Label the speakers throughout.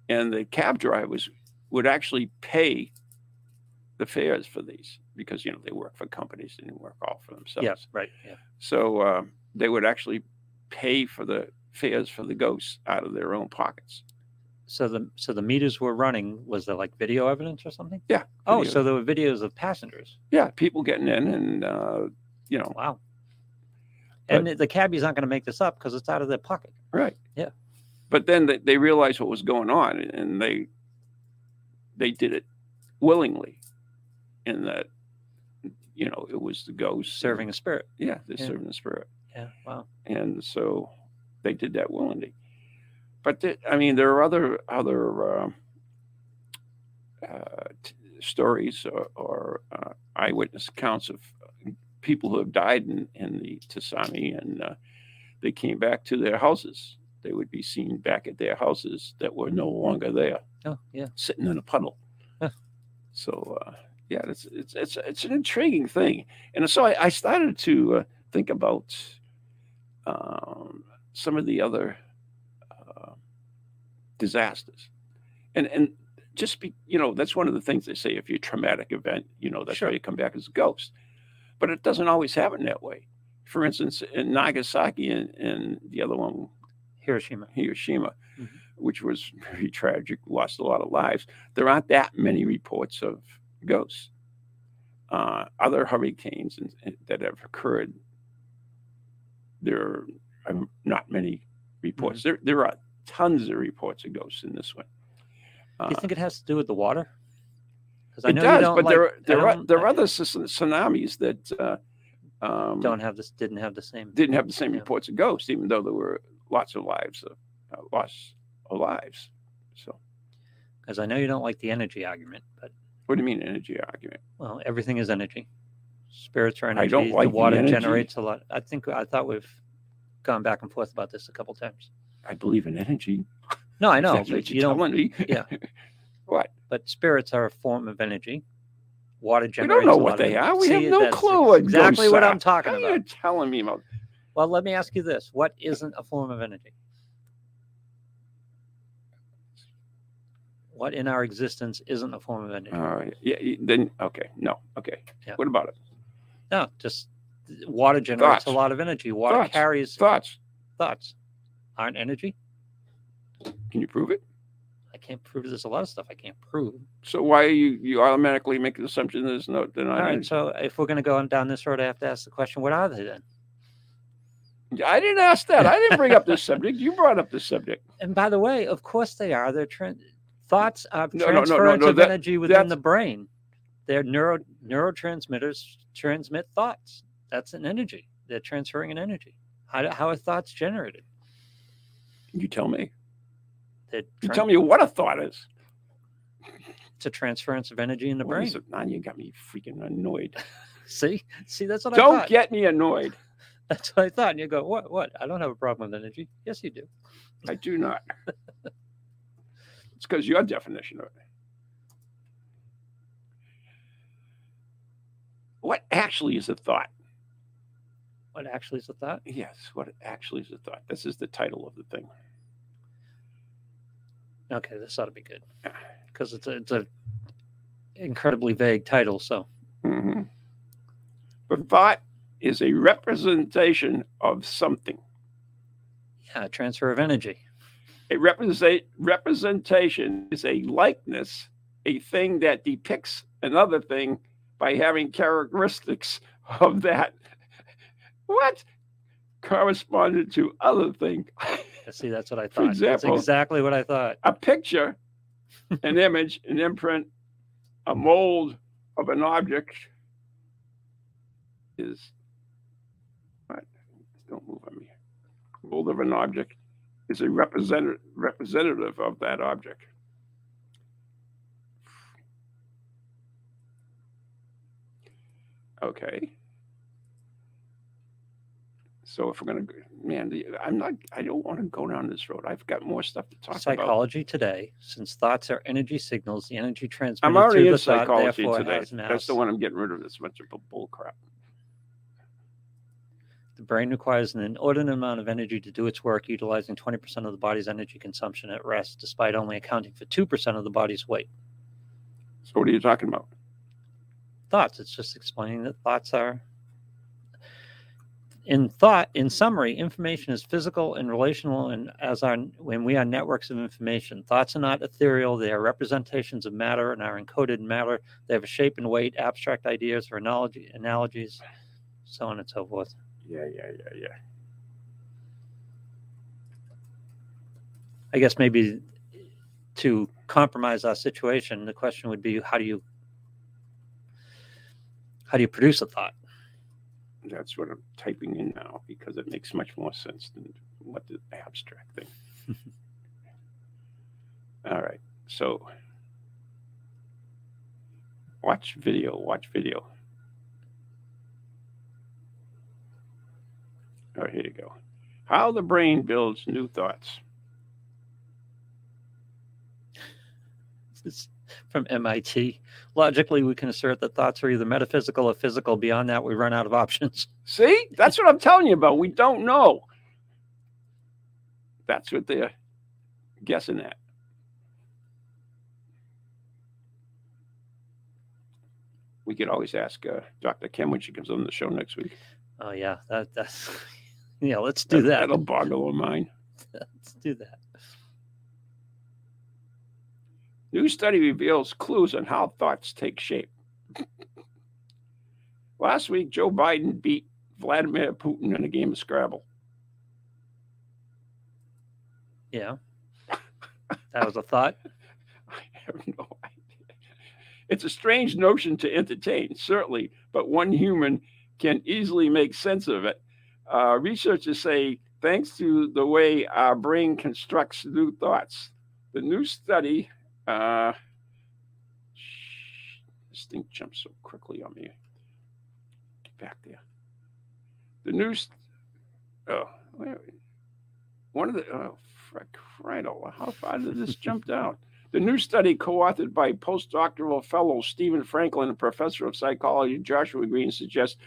Speaker 1: and the cab drivers would actually pay the fares for these because you know they work for companies, they didn't work all for themselves.
Speaker 2: Yeah, right. Yeah.
Speaker 1: So uh, they would actually pay for the fares for the ghosts out of their own pockets.
Speaker 2: so the so the meters were running. Was there like video evidence or something?
Speaker 1: Yeah.
Speaker 2: Oh,
Speaker 1: video.
Speaker 2: so there were videos of passengers.
Speaker 1: yeah, people getting in and uh, you know,
Speaker 2: Wow. And the, the cabbie's not going to make this up because it's out of their pocket.
Speaker 1: right.
Speaker 2: Yeah.
Speaker 1: But then they, they realized what was going on and they they did it willingly and that you know, it was the ghost
Speaker 2: Serving a spirit.
Speaker 1: Yeah, they're
Speaker 2: Yeah.
Speaker 1: serving the spirit.
Speaker 2: Yeah. Wow.
Speaker 1: and so they did that willingly. But the, I mean, there are other other um, uh, t- stories or, or uh, eyewitness accounts of people who have died in, in the Tasami, and uh, they came back to their houses. They would be seen back at their houses that were no longer there,
Speaker 2: Oh, yeah.
Speaker 1: sitting in a puddle.
Speaker 2: Huh.
Speaker 1: So uh, yeah, it's, it's it's it's an intriguing thing, and so I, I started to uh, think about um, some of the other uh, disasters, and and just be you know that's one of the things they say if you're a traumatic event, you know that's
Speaker 2: Sure.
Speaker 1: why you come back as a ghost, but it doesn't always happen that way. For instance, in Nagasaki and, and the other one
Speaker 2: Hiroshima.
Speaker 1: Hiroshima,
Speaker 2: Mhm.
Speaker 1: which was very tragic, lost a lot of lives. There aren't that many reports of ghosts. Uh, other hurricanes and, and that have occurred, there are not many reports.
Speaker 2: Mm-hmm.
Speaker 1: There, there are tons of reports of ghosts in this one.
Speaker 2: Do
Speaker 1: Uh,
Speaker 2: you think it has to do with the water? 'Cause
Speaker 1: it
Speaker 2: you
Speaker 1: does,
Speaker 2: don't
Speaker 1: but there
Speaker 2: like-
Speaker 1: are,
Speaker 2: I
Speaker 1: there are
Speaker 2: don't-
Speaker 1: there
Speaker 2: I
Speaker 1: are other sus- tsunamis that uh, um,
Speaker 2: Don't have this. Didn't have the same.
Speaker 1: didn't have the same
Speaker 2: Yeah.
Speaker 1: reports of ghosts, even though there were lots of lives, of, uh, loss of lives. So.
Speaker 2: Because I know you don't like the energy argument, but
Speaker 1: What do you mean energy argument?
Speaker 2: well, everything is energy. Spirits are energy.
Speaker 1: don't like
Speaker 2: the
Speaker 1: the
Speaker 2: water
Speaker 1: energy.
Speaker 2: generates a lot. I think I thought we've gone back and forth about this a couple times.
Speaker 1: I believe in energy.
Speaker 2: No, I
Speaker 1: If
Speaker 2: know,
Speaker 1: that's
Speaker 2: but
Speaker 1: what
Speaker 2: you
Speaker 1: you're
Speaker 2: don't.
Speaker 1: telling me.
Speaker 2: yeah.
Speaker 1: what?
Speaker 2: But spirits are a form of energy. Water
Speaker 1: We
Speaker 2: generates.
Speaker 1: don't know
Speaker 2: a lot
Speaker 1: what
Speaker 2: of
Speaker 1: they
Speaker 2: energy.
Speaker 1: are. We have
Speaker 2: See,
Speaker 1: no
Speaker 2: that's
Speaker 1: clue. what
Speaker 2: Exactly
Speaker 1: ghosts
Speaker 2: what
Speaker 1: are.
Speaker 2: I'm talking
Speaker 1: How
Speaker 2: about.
Speaker 1: You're telling me about
Speaker 2: Well, let me ask you this: What isn't a form of energy? What in our existence isn't a form of energy?
Speaker 1: all right. Yeah. y- Then okay. No. Okay.
Speaker 2: Uh, Yeah.
Speaker 1: What about it?
Speaker 2: No, just water generates
Speaker 1: Thoughts.
Speaker 2: a lot of energy. Water
Speaker 1: Thoughts.
Speaker 2: carries
Speaker 1: Thoughts?
Speaker 2: thoughts. Aren't energy?
Speaker 1: Can you prove it?
Speaker 2: I can't prove there's a lot of stuff I can't prove.
Speaker 1: So why are you you automatically make an assumption there's no they're
Speaker 2: All
Speaker 1: not
Speaker 2: right,
Speaker 1: energy?
Speaker 2: so if we're going to go on down this road, I have to ask the question: What are they then?
Speaker 1: I didn't ask that. I didn't bring up this subject. You brought up this subject.
Speaker 2: And by the way, of course they are. They're tran thoughts are
Speaker 1: No, no, no, no,
Speaker 2: transference
Speaker 1: no,
Speaker 2: of
Speaker 1: that-
Speaker 2: energy within
Speaker 1: that's-
Speaker 2: the brain. They're neuro neurotransmitters transmit thoughts. That's an energy. They're transferring an energy. How, do- how are thoughts generated?
Speaker 1: You tell me.
Speaker 2: They're
Speaker 1: You
Speaker 2: tran-
Speaker 1: tell me what a thought is.
Speaker 2: it's a transference of energy in the
Speaker 1: What
Speaker 2: brain.
Speaker 1: is it? Now you got me freaking annoyed.
Speaker 2: See, see, that's what I
Speaker 1: Don't
Speaker 2: thought.
Speaker 1: get me annoyed.
Speaker 2: that's what I thought. And you go, what? What? I don't have a problem with energy. Yes, you do.
Speaker 1: I do not. it's because your definition of it. What actually is a thought?
Speaker 2: What actually is a thought?
Speaker 1: Yes, what actually is a thought? This is the title of the thing.
Speaker 2: Okay, this ought to be good because it's a, it's a incredibly vague title. So
Speaker 1: Mhm. But thought is a representation of something,
Speaker 2: yeah, transfer of energy.
Speaker 1: a represent, representation is a likeness, a thing that depicts another thing by having characteristics of that. What corresponded to other thing?
Speaker 2: See, that's what I
Speaker 1: For
Speaker 2: thought.
Speaker 1: example-
Speaker 2: that's exactly what I thought.
Speaker 1: a picture, an image, an imprint, a mold of an object is what? Don't move on me. Mold of an object is a representative representative of that object. Okay. So if we're gonna, go- man, the- I'm not. I don't want to go down this road. I've got more stuff to talk about.
Speaker 2: psychology today, since thoughts are energy signals, the energy transmitted
Speaker 1: I'm already
Speaker 2: through
Speaker 1: in
Speaker 2: the thought,
Speaker 1: psychology
Speaker 2: therefore
Speaker 1: today.
Speaker 2: has mass.
Speaker 1: That's the one I'm getting rid of. This bunch of bull crap.
Speaker 2: The brain requires an inordinate amount of energy to do its work, utilizing 20% of the body's energy consumption at rest, despite only accounting for 2% of the body's weight.
Speaker 1: So what are you talking about?
Speaker 2: Thoughts. It's just explaining that thoughts are in thought, in summary, information is physical and relational, and as our when we are networks of information, thoughts are not ethereal; they are representations of matter and are encoded in matter. They have a shape and weight, abstract ideas or analogy, analogies, so on and so forth.
Speaker 1: Yeah, yeah, yeah, yeah.
Speaker 2: I guess maybe to compromise our situation, the question would be: How do you how do you produce a thought?
Speaker 1: That's what I'm typing in now because it makes much more sense than what the abstract thing. All right. So watch video, watch video. All right, here you go. How the brain builds new thoughts.
Speaker 2: It's from MIT. Logically, we can assert that thoughts are either metaphysical or physical. Beyond that, we run out of options.
Speaker 1: See, that's what I'm telling you about. We don't know. That's what they're guessing at. We could always ask uh, Dr. Kim when she comes on the show next week.
Speaker 2: Oh yeah, that, that's yeah. Let's do that.
Speaker 1: That'll boggle her mind.
Speaker 2: Let's do that.
Speaker 1: New study reveals clues on how thoughts take shape. Last week, Joe Biden beat Vladimir Putin in a game of Scrabble.
Speaker 2: Yeah, that was a thought.
Speaker 1: I have no idea. It's a strange notion to entertain, certainly, but one human can easily make sense of it. Uh, researchers say, thanks to the way our brain constructs new thoughts, the new study uh, this thing jumps so quickly on me. Get back there. The news. Oh, wait, one of the. Oh, frick, Friedel. How far did this jump down? The new study, co authored by postdoctoral fellow Stephen Franklin and professor of psychology Joshua Green, suggests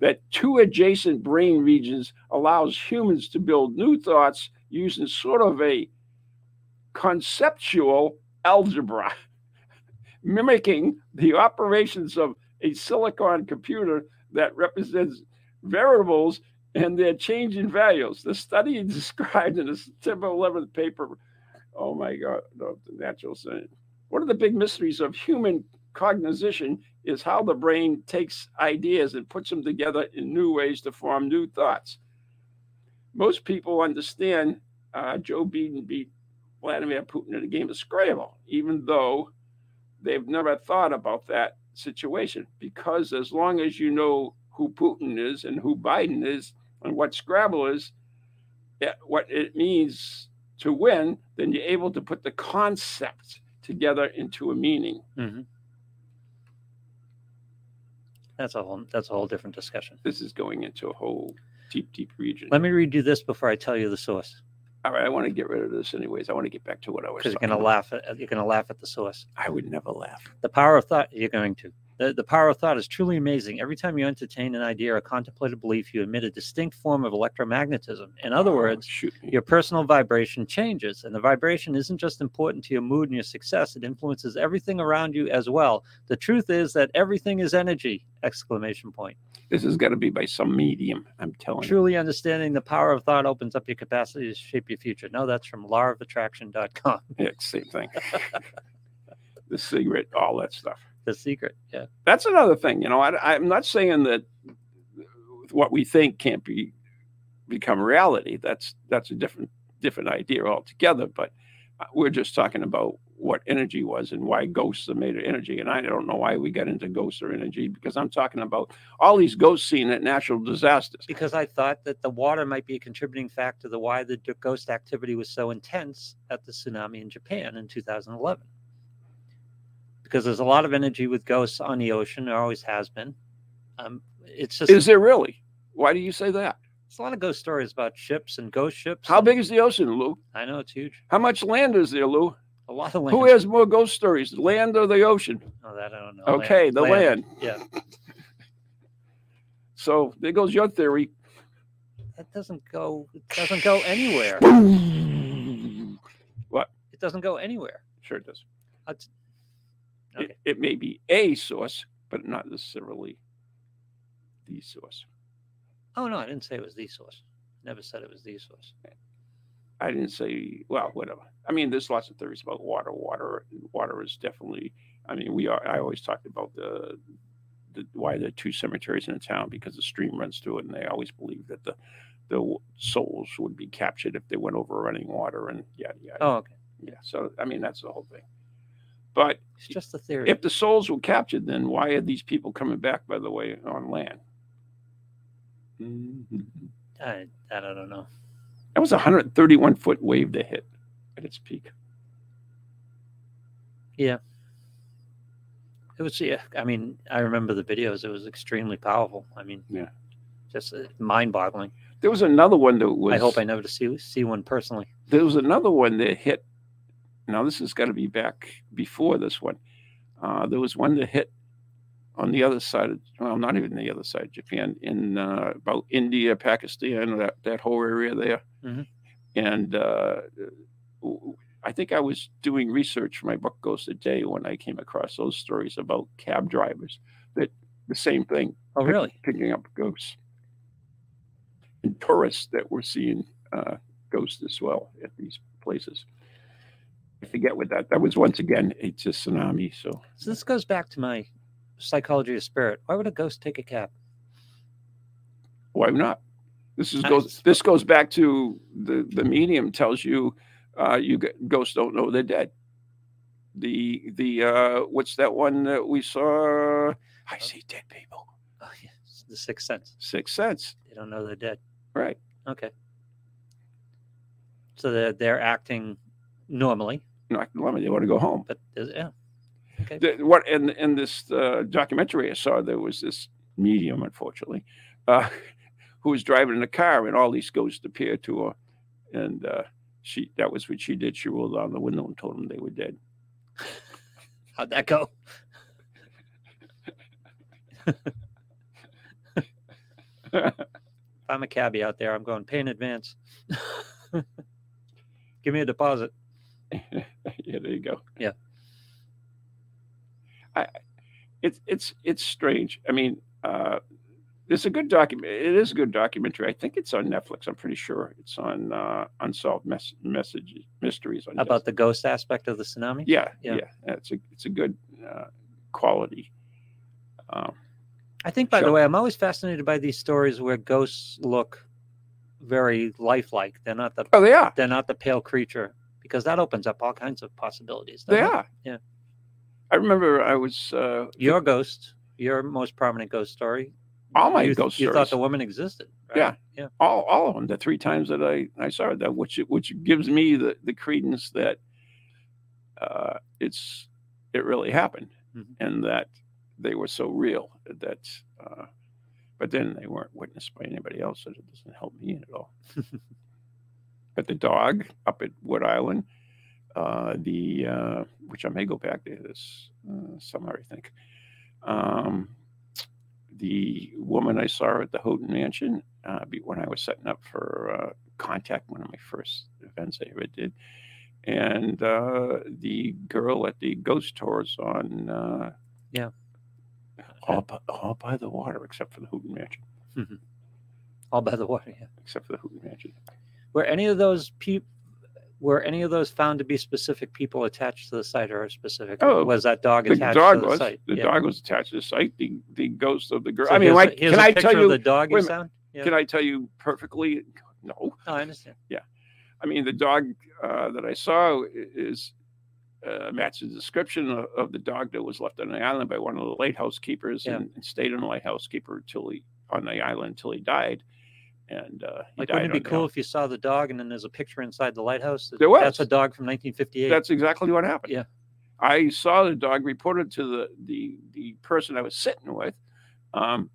Speaker 1: that two adjacent brain regions allows humans to build new thoughts using sort of a conceptual algebra, mimicking the operations of a silicon computer that represents variables and their change in values. The study described in the September 11th paper, oh my God, no, the natural science. One of the big mysteries of human cognition is how the brain takes ideas and puts them together in new ways to form new thoughts. Most people understand uh, Joe Biden beat Vladimir Putin in a game of Scrabble, even though they've never thought about that situation. Because as long as you know who Putin is and who Biden is and what Scrabble is, eh, what it means to win, then you're able to put the concept together into a meaning.
Speaker 2: Mm-hmm. That's a whole. That's a whole different discussion.
Speaker 1: This is going into a whole deep, deep region.
Speaker 2: Let me redo this before I tell you the source
Speaker 1: all right, I want to get rid of this anyways. I want to get back to what I was.
Speaker 2: Because you're going to laugh at you're going to laugh at the source.
Speaker 1: I would never laugh.
Speaker 2: The power of thought. You're going to. The, the power of thought is truly amazing. Every time you entertain an idea or contemplate a belief, you emit a distinct form of electromagnetism. In other
Speaker 1: Oh,
Speaker 2: words,
Speaker 1: shoot me.
Speaker 2: your personal vibration changes, and the vibration isn't just important to your mood and your success; it influences everything around you as well. The truth is that everything is energy! Exclamation point.
Speaker 1: This is got to be by some medium. I'm telling you.
Speaker 2: Truly understanding the power of thought opens up your capacity to shape your future. No, that's from lawofattraction.com.
Speaker 1: Yeah, same thing. the cigarette, all that stuff.
Speaker 2: The secret. Yeah.
Speaker 1: That's another thing. You know, I, I'm not saying that what we think can't be become reality. That's that's a different different idea altogether. But uh, we're just talking about what energy was and why ghosts are made of energy. And I don't know why we got into ghosts or energy because I'm talking about all these ghosts seen at natural disasters.
Speaker 2: Because I thought that the water might be a contributing factor to why the d- ghost activity was so intense at the tsunami in Japan in 2011. Because there's a lot of energy with ghosts on the ocean. There always has been. Um, it's just
Speaker 1: Is there really? Why do you say that?
Speaker 2: it's a lot of ghost stories about ships and ghost ships.
Speaker 1: How
Speaker 2: and-
Speaker 1: big is the ocean, Lou?
Speaker 2: I know it's huge.
Speaker 1: How much land is there, Lou?
Speaker 2: A lot of land.
Speaker 1: Who has more ghost stories, land or the ocean?
Speaker 2: Oh, that I don't know.
Speaker 1: Okay, the land.
Speaker 2: Yeah.
Speaker 1: So there goes your theory.
Speaker 2: that doesn't go it doesn't go anywhere it doesn't go anywhere
Speaker 1: Sure it does.
Speaker 2: That's-
Speaker 1: It-
Speaker 2: okay.
Speaker 1: It, may be a source, but not necessarily the source.
Speaker 2: Oh, no, I didn't say it was the source. Never said it was the source.
Speaker 1: I didn't say well, whatever. I mean, there's lots of theories about water. Water, water is definitely. I mean, we are. I always talked about the, the why there are two cemeteries in a town because the stream runs through it, and they always believe that the the souls would be captured if they went over running water, and yeah, yeah,
Speaker 2: Oh, okay.
Speaker 1: yeah. So I mean, that's the whole thing. But
Speaker 2: It's just a theory.
Speaker 1: if the souls were captured, then why are these people coming back? By the way, on land.
Speaker 2: Mm-hmm.
Speaker 1: Mhm.
Speaker 2: I, that I don't know.
Speaker 1: That was a 131 foot wave to hit at its peak.
Speaker 2: It was, yeah. I mean, I remember the videos. It was extremely powerful. I mean,
Speaker 1: Yeah.
Speaker 2: just mind boggling.
Speaker 1: There was another one that was.
Speaker 2: I hope I never to see see one personally.
Speaker 1: there was another one that hit. Now this has got to be back before this one. Uh, there was one that hit on the other side of well, not even the other side, Japan, in uh, about India, Pakistan, that that whole area there.
Speaker 2: Mhm.
Speaker 1: And uh, w- I think I was doing research for my book Ghost a Day when I came across those stories about cab drivers that the same thing
Speaker 2: Oh, really?
Speaker 1: picking up ghosts and tourists that were seeing uh, ghosts as well at these places. I forget what that that was. Once again, it's a tsunami. So
Speaker 2: So this goes back to my psychology of spirit. Why would a ghost take a cab?
Speaker 1: why not? This is
Speaker 2: I-
Speaker 1: goes. This goes back to the the medium tells you uh, you g- ghosts don't know they're dead. The the uh, what's that one that we saw? I see dead people.
Speaker 2: Oh, yeah. It's the sixth sense.
Speaker 1: Sixth sense,
Speaker 2: They don't know they're dead.
Speaker 1: right?
Speaker 2: Okay. So they're, they're acting normally,
Speaker 1: Not they want to go home.
Speaker 2: but there's- yeah. Okay.
Speaker 1: the, what in in this uh, documentary I saw there was this medium, unfortunately, uh, who was driving in a car, and all these ghosts appeared to her, and uh, she that was what she did. She rolled down the window and told them they were dead.
Speaker 2: How'd that go? if I'm a cabbie out there, I'm going pay in advance. Give me a deposit.
Speaker 1: yeah, there you go.
Speaker 2: Yeah.
Speaker 1: I, it's it's it's strange. I mean, uh, it's a good document. It is a good documentary. I think it's on Netflix. I'm pretty sure it's on uh, Unsolved Mess- Messages Mysteries on
Speaker 2: About the ghost aspect of the tsunami?
Speaker 1: yeah,
Speaker 2: Yeah.
Speaker 1: yeah, It's a it's a good uh, quality. Um,
Speaker 2: I think, by the
Speaker 1: Sure.
Speaker 2: way, I'm always fascinated by these stories where ghosts look very lifelike. They're not the
Speaker 1: oh, they are.
Speaker 2: they're not the pale creature because that opens up all kinds of possibilities.
Speaker 1: They
Speaker 2: doesn't it?
Speaker 1: are.
Speaker 2: Yeah.
Speaker 1: Uh-huh. I remember I was uh,
Speaker 2: Your ghost, your most prominent ghost story.
Speaker 1: all my
Speaker 2: you,
Speaker 1: ghost
Speaker 2: you
Speaker 1: stories,
Speaker 2: thought the woman existed. Right?
Speaker 1: Yeah.
Speaker 2: Yeah.
Speaker 1: all, all of them. The three times that I I saw that, which which gives me the the credence that uh, it's it really happened
Speaker 2: Mhm.
Speaker 1: and that they were so real that. Uh, but then they weren't witnessed by anybody else, so it doesn't help me at all. but the dog up at Wood Island, uh, the uh, which I may go back to this uh, summer, I think. Um, the woman I saw at the Houghton Mansion uh, be- when I was setting up for uh, contact, one of my first events I ever did, and uh, the girl at the ghost tours on. Uh,
Speaker 2: Yeah.
Speaker 1: all by, all by the water, except for the Houghton Mansion.
Speaker 2: All by the water. Yeah.
Speaker 1: Except for the Houghton Mansion.
Speaker 2: Were any of those people? Were any of those found to be specific people attached to the site or specific?
Speaker 1: Oh,
Speaker 2: was that dog
Speaker 1: the
Speaker 2: attached
Speaker 1: dog
Speaker 2: to the
Speaker 1: was
Speaker 2: site?
Speaker 1: the
Speaker 2: Yeah.
Speaker 1: dog was attached to the site. The the ghost of the girl.
Speaker 2: So
Speaker 1: I mean,
Speaker 2: here's a-
Speaker 1: like,
Speaker 2: here's
Speaker 1: can
Speaker 2: a
Speaker 1: I
Speaker 2: picture
Speaker 1: tell
Speaker 2: of
Speaker 1: you?
Speaker 2: the
Speaker 1: wait
Speaker 2: dog you
Speaker 1: a minute.
Speaker 2: sound? Yeah.
Speaker 1: Can I tell you perfectly? No.
Speaker 2: No, I understand.
Speaker 1: I mean, the dog uh, that I saw i- is uh, matches the description of, of the dog that was left on the island by one of the lighthouse keepers
Speaker 2: Yeah.
Speaker 1: and, and stayed on the lighthouse keeper until he on the island until he died. And uh, he
Speaker 2: Like,
Speaker 1: died
Speaker 2: wouldn't it
Speaker 1: on
Speaker 2: be
Speaker 1: the
Speaker 2: cool
Speaker 1: island.
Speaker 2: if you saw the dog and then there's a picture inside the lighthouse? that-
Speaker 1: There was.
Speaker 2: That's a dog from 1958.
Speaker 1: That's exactly what happened.
Speaker 2: Yeah.
Speaker 1: I saw the dog reported to the the the person I was sitting with. Um,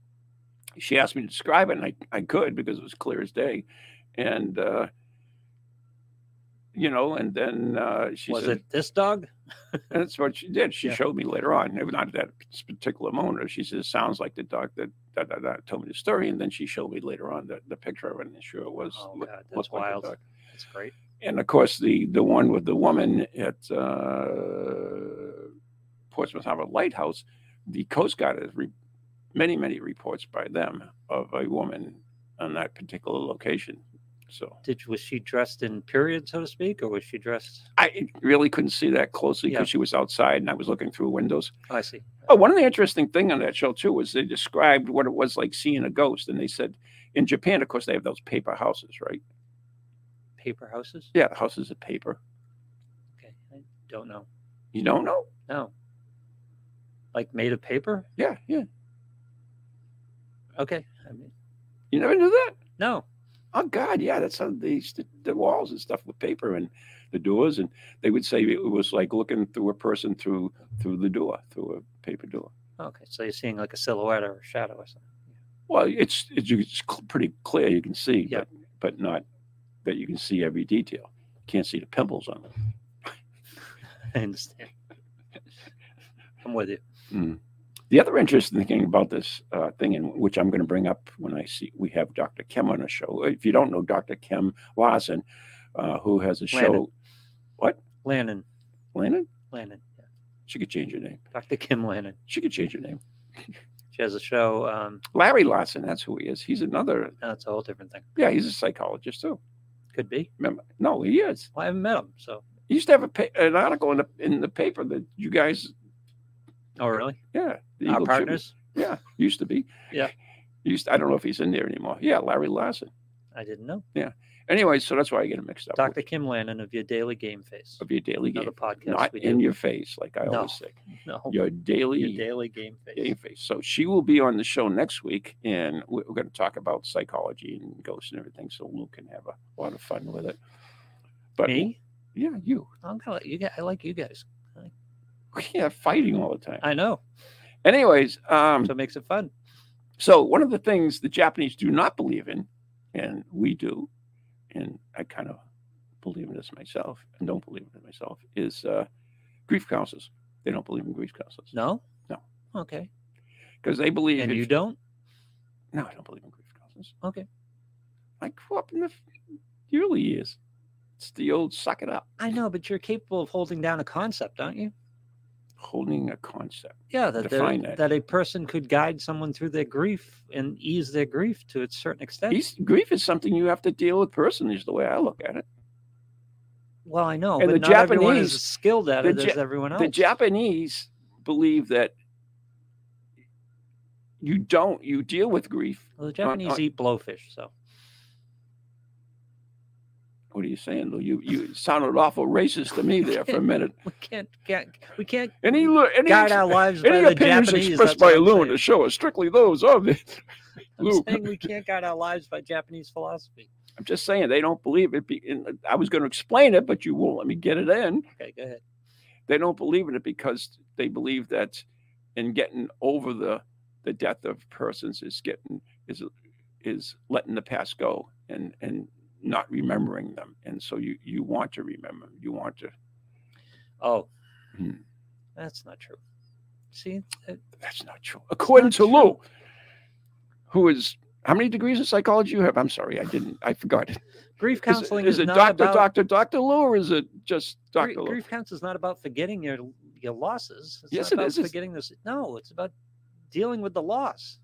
Speaker 1: she asked me to describe it, and I, I could because it was clear as day. And uh, you know, and then uh, she
Speaker 2: was
Speaker 1: said,
Speaker 2: it this dog?
Speaker 1: and that's what she did. She
Speaker 2: Yeah.
Speaker 1: showed me later on, it was not at that particular moment. She says, "Sounds like the dog that." Da, da, da, told me the story, and then she showed me later on the, the picture of it, and sure it was.
Speaker 2: Oh,
Speaker 1: look-
Speaker 2: God, that's
Speaker 1: looked like a
Speaker 2: wild.
Speaker 1: dog
Speaker 2: That's great.
Speaker 1: and of course the the one with the woman at uh, Portsmouth Harbor Lighthouse, the Coast Guard has re- many many reports by them of a woman on that particular location. So
Speaker 2: Did was she dressed in period, so to speak, or was she dressed?
Speaker 1: I really couldn't see that closely because
Speaker 2: Yeah.
Speaker 1: she was outside and I was looking through windows.
Speaker 2: Oh, I see.
Speaker 1: Oh, one of the interesting thing on that show too was they described what it was like seeing a ghost, and they said in Japan, of course, they have those paper houses, right?
Speaker 2: Paper houses.
Speaker 1: Yeah, the houses of paper.
Speaker 2: Okay, I don't know.
Speaker 1: You don't know?
Speaker 2: No. Like made of paper?
Speaker 1: Yeah, yeah.
Speaker 2: Okay. I mean,
Speaker 1: You never knew that?
Speaker 2: no.
Speaker 1: Oh God, yeah, that's how they used to the walls and stuff with paper and the doors, and they would say it was like looking through a person through through the door, through a paper door.
Speaker 2: Okay, so you're seeing like a silhouette or a shadow or something.
Speaker 1: Well, it's it's, it's cl- pretty clear you can see,
Speaker 2: Yeah.
Speaker 1: but but not that you can see every detail. Can't see the pimples on them.
Speaker 2: I understand. I'm with you.
Speaker 1: Mm. The other interesting thing about this uh, thing, and which I'm going to bring up when I see we have Dr. Kim on a show. If you don't know Dr. Kim Lazen, uh, who has a show,
Speaker 2: Lannan. Lannon.
Speaker 1: Lannon,
Speaker 2: Lannon. Yeah.
Speaker 1: she could change her name.
Speaker 2: Dr. Kim Lannon.
Speaker 1: She could change her name.
Speaker 2: She has a show. Um, oh,
Speaker 1: Larry Lawson, that's who he is. He's another,
Speaker 2: that's a whole different thing.
Speaker 1: yeah, he's a psychologist too.
Speaker 2: Could be.
Speaker 1: Remember? No, he is.
Speaker 2: Well, I haven't met him, so.
Speaker 1: He used to have a pa- an article in the in the paper that you guys,
Speaker 2: Oh, really?
Speaker 1: yeah, the
Speaker 2: Our
Speaker 1: Eagle Tribune.
Speaker 2: partners?
Speaker 1: yeah, used to be,
Speaker 2: Yeah.
Speaker 1: used. I don't know if he's in there anymore. Yeah, Larry Lawson.
Speaker 2: I didn't know.
Speaker 1: Anyway, so that's why I get him mixed up. with-
Speaker 2: Dr. Kim Lannon of your Daily Game Face.
Speaker 1: of your daily game.
Speaker 2: Another podcast
Speaker 1: not
Speaker 2: we
Speaker 1: in
Speaker 2: do.
Speaker 1: your face, like I
Speaker 2: No.
Speaker 1: always say.
Speaker 2: No,
Speaker 1: Your daily
Speaker 2: your Daily Game Face.
Speaker 1: game face. So she will be on the show next week, and we- we're going to talk about psychology and ghosts and everything. So Luke can have a lot of fun with it. But
Speaker 2: Me?
Speaker 1: yeah, you.
Speaker 2: I'm gonna let you guys. I like you guys.
Speaker 1: Yeah, fighting all the time.
Speaker 2: I know.
Speaker 1: Anyways, um,
Speaker 2: So it makes it fun.
Speaker 1: so one of the things the Japanese do not believe in, and we do, and I kind of believe in this myself, and don't believe in it myself, is uh, grief counselors. They don't believe in grief counselors
Speaker 2: No?
Speaker 1: No.
Speaker 2: Okay.
Speaker 1: because they believe
Speaker 2: And
Speaker 1: if
Speaker 2: you don't?
Speaker 1: No, I don't believe in grief counselors.
Speaker 2: Okay.
Speaker 1: I grew up in the f- early years. It's the old suck it up,
Speaker 2: I know, but you're capable of holding down a concept, aren't you?
Speaker 1: holding a concept.
Speaker 2: Yeah, that there-
Speaker 1: Define that.
Speaker 2: that a person could guide someone through their grief and ease their grief to a certain extent.
Speaker 1: He's, grief is something you have to deal with personally, is the way I look at it.
Speaker 2: well, I know,
Speaker 1: and
Speaker 2: but
Speaker 1: the
Speaker 2: not everyone is
Speaker 1: Japanese-
Speaker 2: as skilled at
Speaker 1: the
Speaker 2: it
Speaker 1: Ja-
Speaker 2: as everyone else.
Speaker 1: The Japanese believe that you don't, you deal with grief.
Speaker 2: well, the Japanese
Speaker 1: uh,
Speaker 2: eat blowfish, so
Speaker 1: What are you saying, Lou? You, you sounded awful racist to me there for a minute.
Speaker 2: we can't, can't we can't
Speaker 1: Any, lo- any,
Speaker 2: guide our lives by
Speaker 1: any
Speaker 2: the
Speaker 1: opinions
Speaker 2: Japanese.
Speaker 1: expressed
Speaker 2: that's what
Speaker 1: by
Speaker 2: I'm
Speaker 1: Lou in the
Speaker 2: saying.
Speaker 1: show are strictly those of the. Lou.
Speaker 2: I'm saying we can't guide our lives by Japanese philosophy.
Speaker 1: I'm just saying they don't believe it. Be, and uh, I was going to explain it, but you won't let me get it in.
Speaker 2: Okay, go ahead.
Speaker 1: They don't believe in it because they believe that in getting over the the death of persons is getting is is letting the past go and and not remembering them. And so you you want to remember. 'em. You want to.
Speaker 2: Oh,
Speaker 1: Hmm.
Speaker 2: that's not true. See, uh,
Speaker 1: That's not true. According
Speaker 2: not
Speaker 1: to Lou, who is how many degrees in psychology you have? I'm sorry, I didn't. I forgot. Is
Speaker 2: grief
Speaker 1: it-
Speaker 2: counseling
Speaker 1: is,
Speaker 2: is,
Speaker 1: it
Speaker 2: not
Speaker 1: Doctor
Speaker 2: about
Speaker 1: Doctor Doctor Lou or is it just
Speaker 2: Gr-
Speaker 1: Doctor Lou?
Speaker 2: grief counseling is not about forgetting your your losses. It's
Speaker 1: Yes,
Speaker 2: not
Speaker 1: it
Speaker 2: about
Speaker 1: is. It's-
Speaker 2: Forgetting this. No, it's about dealing with the loss.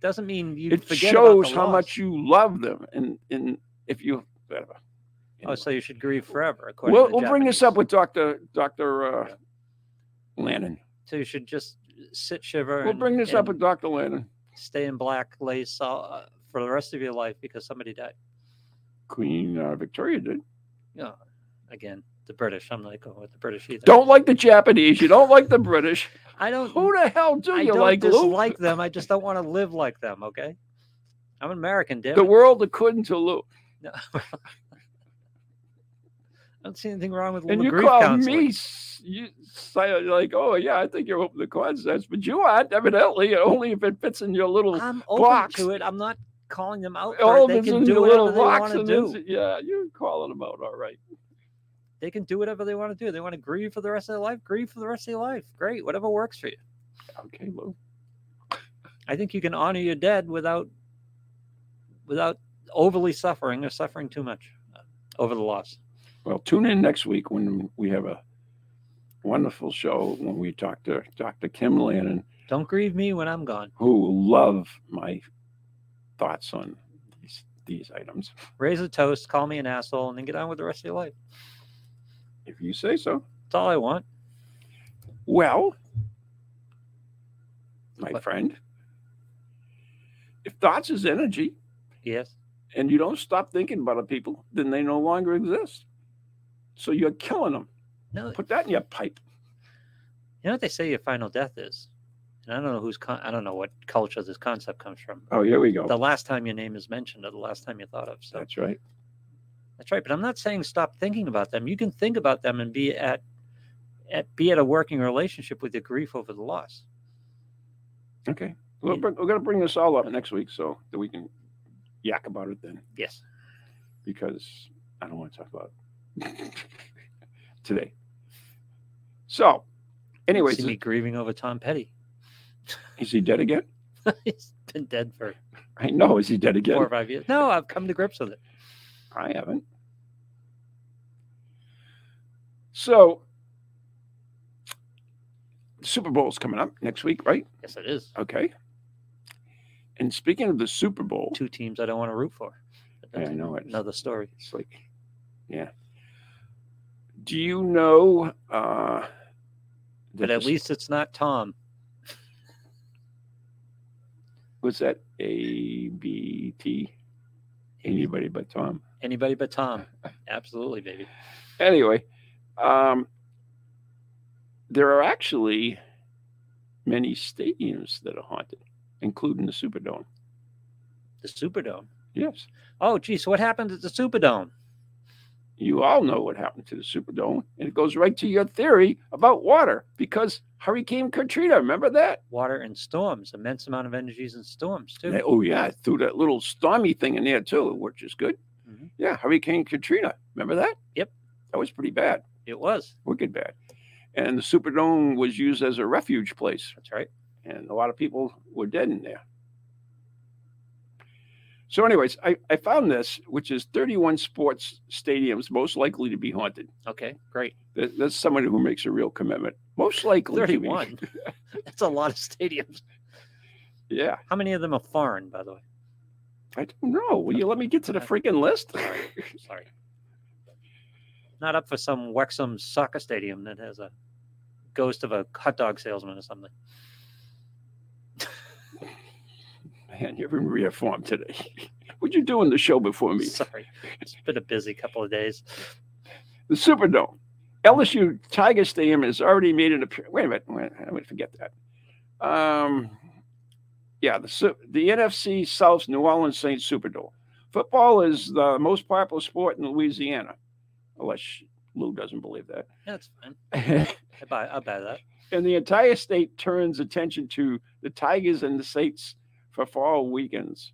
Speaker 2: Doesn't mean you
Speaker 1: it
Speaker 2: forget about the
Speaker 1: shows how
Speaker 2: loss.
Speaker 1: much you love them and and if you whatever.
Speaker 2: Oh, so you should grieve forever. According
Speaker 1: we'll,
Speaker 2: to the
Speaker 1: we'll bring this
Speaker 2: Japanese.
Speaker 1: up with dr dr uh
Speaker 2: Yeah.
Speaker 1: lannon
Speaker 2: So you should just sit shiver.
Speaker 1: we'll
Speaker 2: and-
Speaker 1: bring this up
Speaker 2: and
Speaker 1: with dr lannon
Speaker 2: stay in black lace all, uh, for the rest of your life because somebody died.
Speaker 1: queen uh, victoria did
Speaker 2: Yeah, again, the British. I'm not going with the British either.
Speaker 1: don't like the japanese you don't like the british
Speaker 2: I don't.
Speaker 1: who the hell do
Speaker 2: I
Speaker 1: you
Speaker 2: don't
Speaker 1: like Lou?
Speaker 2: dislike them. I just don't want to live like them. Okay, I'm an American, damn
Speaker 1: the
Speaker 2: it.
Speaker 1: world according to lou
Speaker 2: No. I don't see anything wrong with
Speaker 1: and
Speaker 2: little
Speaker 1: you
Speaker 2: grief
Speaker 1: call
Speaker 2: counseling.
Speaker 1: me s- you say like oh yeah i think you're open to concepts but you aren't evidently only if it fits in your little
Speaker 2: I'm open
Speaker 1: box.
Speaker 2: to it. I'm not calling them out. For
Speaker 1: Oh,
Speaker 2: it. They
Speaker 1: this
Speaker 2: can
Speaker 1: is
Speaker 2: do
Speaker 1: your
Speaker 2: whatever
Speaker 1: little
Speaker 2: they want
Speaker 1: box
Speaker 2: to
Speaker 1: and
Speaker 2: do.
Speaker 1: this, yeah you're calling them out all right
Speaker 2: They can do whatever they want to do. They want to grieve for the rest of their life. Grieve for the rest of their life. Great, whatever works for you.
Speaker 1: Okay, Lou.
Speaker 2: I think you can honor your dead without without overly suffering or suffering too much uh, over the loss.
Speaker 1: Well, tune in next week when we have a wonderful show when we talk to Dr. Kim Lannon,
Speaker 2: Don't grieve me when I'm gone.
Speaker 1: who will love my thoughts on these items.
Speaker 2: Raise a toast, call me an asshole, and then get on with the rest of your life.
Speaker 1: If you say so.
Speaker 2: That's all I want.
Speaker 1: Well, my
Speaker 2: But-
Speaker 1: friend, if thoughts is energy
Speaker 2: Yes.
Speaker 1: and you don't stop thinking about other people, then they no longer exist. So you're killing them.
Speaker 2: No,
Speaker 1: Put that in your pipe.
Speaker 2: you know what they say your final death is, and I don't know who's con- I don't know what culture this concept comes from.
Speaker 1: Oh, here we go.
Speaker 2: The last time your name is mentioned, or the last time you thought of. So
Speaker 1: That's right.
Speaker 2: That's right. But I'm not saying stop thinking about them. You can think about them and be at, at be at a working relationship with your grief over the loss.
Speaker 1: Okay. We'll
Speaker 2: Yeah.
Speaker 1: bring, we're going to bring this all up next week so that we can yak about it then
Speaker 2: Yes.
Speaker 1: because I don't want to talk about it today. So, anyways,
Speaker 2: see me grieving over Tom Petty.
Speaker 1: is he dead again?
Speaker 2: He's been dead for
Speaker 1: I know. Is he dead again?
Speaker 2: four or five years. No, I've come to grips with it.
Speaker 1: I haven't. So, Super Bowl's coming up next week, right?
Speaker 2: Yes, it is.
Speaker 1: Okay. And speaking of the Super Bowl,
Speaker 2: Two teams I don't want to root for. But
Speaker 1: Yeah,
Speaker 2: that's
Speaker 1: I know it.
Speaker 2: another story.
Speaker 1: It's like, yeah. Do you know? Uh,
Speaker 2: But at least it's not Tom.
Speaker 1: was that A B T? Anybody but Tom.
Speaker 2: Anybody but Tom. Absolutely, baby.
Speaker 1: Anyway, um, there are actually many stadiums that are haunted, including the Superdome.
Speaker 2: The Superdome.
Speaker 1: Yes,
Speaker 2: Oh, geez, what happened at the Superdome?
Speaker 1: you all know what happened to the Superdome, and it goes right to your theory about water because Hurricane Katrina. Remember that?
Speaker 2: Water and storms. Immense amount of energies and storms too.
Speaker 1: Yeah, oh yeah, I threw that little stormy thing in there too, which is good.
Speaker 2: Mhm.
Speaker 1: Yeah, Hurricane Katrina. Remember that?
Speaker 2: Yep.
Speaker 1: That was pretty bad,
Speaker 2: It was.
Speaker 1: wicked bad. And the Superdome was used as a refuge place,
Speaker 2: That's right.
Speaker 1: and a lot of people were dead in there. So, anyways, I, I found this, which is 31 sports stadiums most likely to be haunted.
Speaker 2: Okay, great.
Speaker 1: That, that's somebody who makes a real commitment. Most likely to be.
Speaker 2: 31. That's a lot of stadiums.
Speaker 1: Yeah.
Speaker 2: How many of them are foreign, by the way?
Speaker 1: I don't know. Will you let me get to the freaking list?
Speaker 2: Uh, Sorry. Sorry. Not up for some Wexham soccer stadium that has a ghost of a hot dog salesman or something.
Speaker 1: Man, you've been reaffirmed today. What'd you do in the show before me?
Speaker 2: Sorry. It's been a busy couple of days.
Speaker 1: The Superdome. LSU Tiger Stadium has already made an appearance. Wait a minute. Wait, I'm going to forget that. Um, yeah, the, Su- the NFC South's New Orleans Saints Superdome. Football is the most popular sport in Louisiana, unless Lou doesn't believe
Speaker 2: That's fine.
Speaker 1: that.
Speaker 2: I buy, I buy that.
Speaker 1: and the entire state turns attention to the Tigers and the Saints for fall weekends.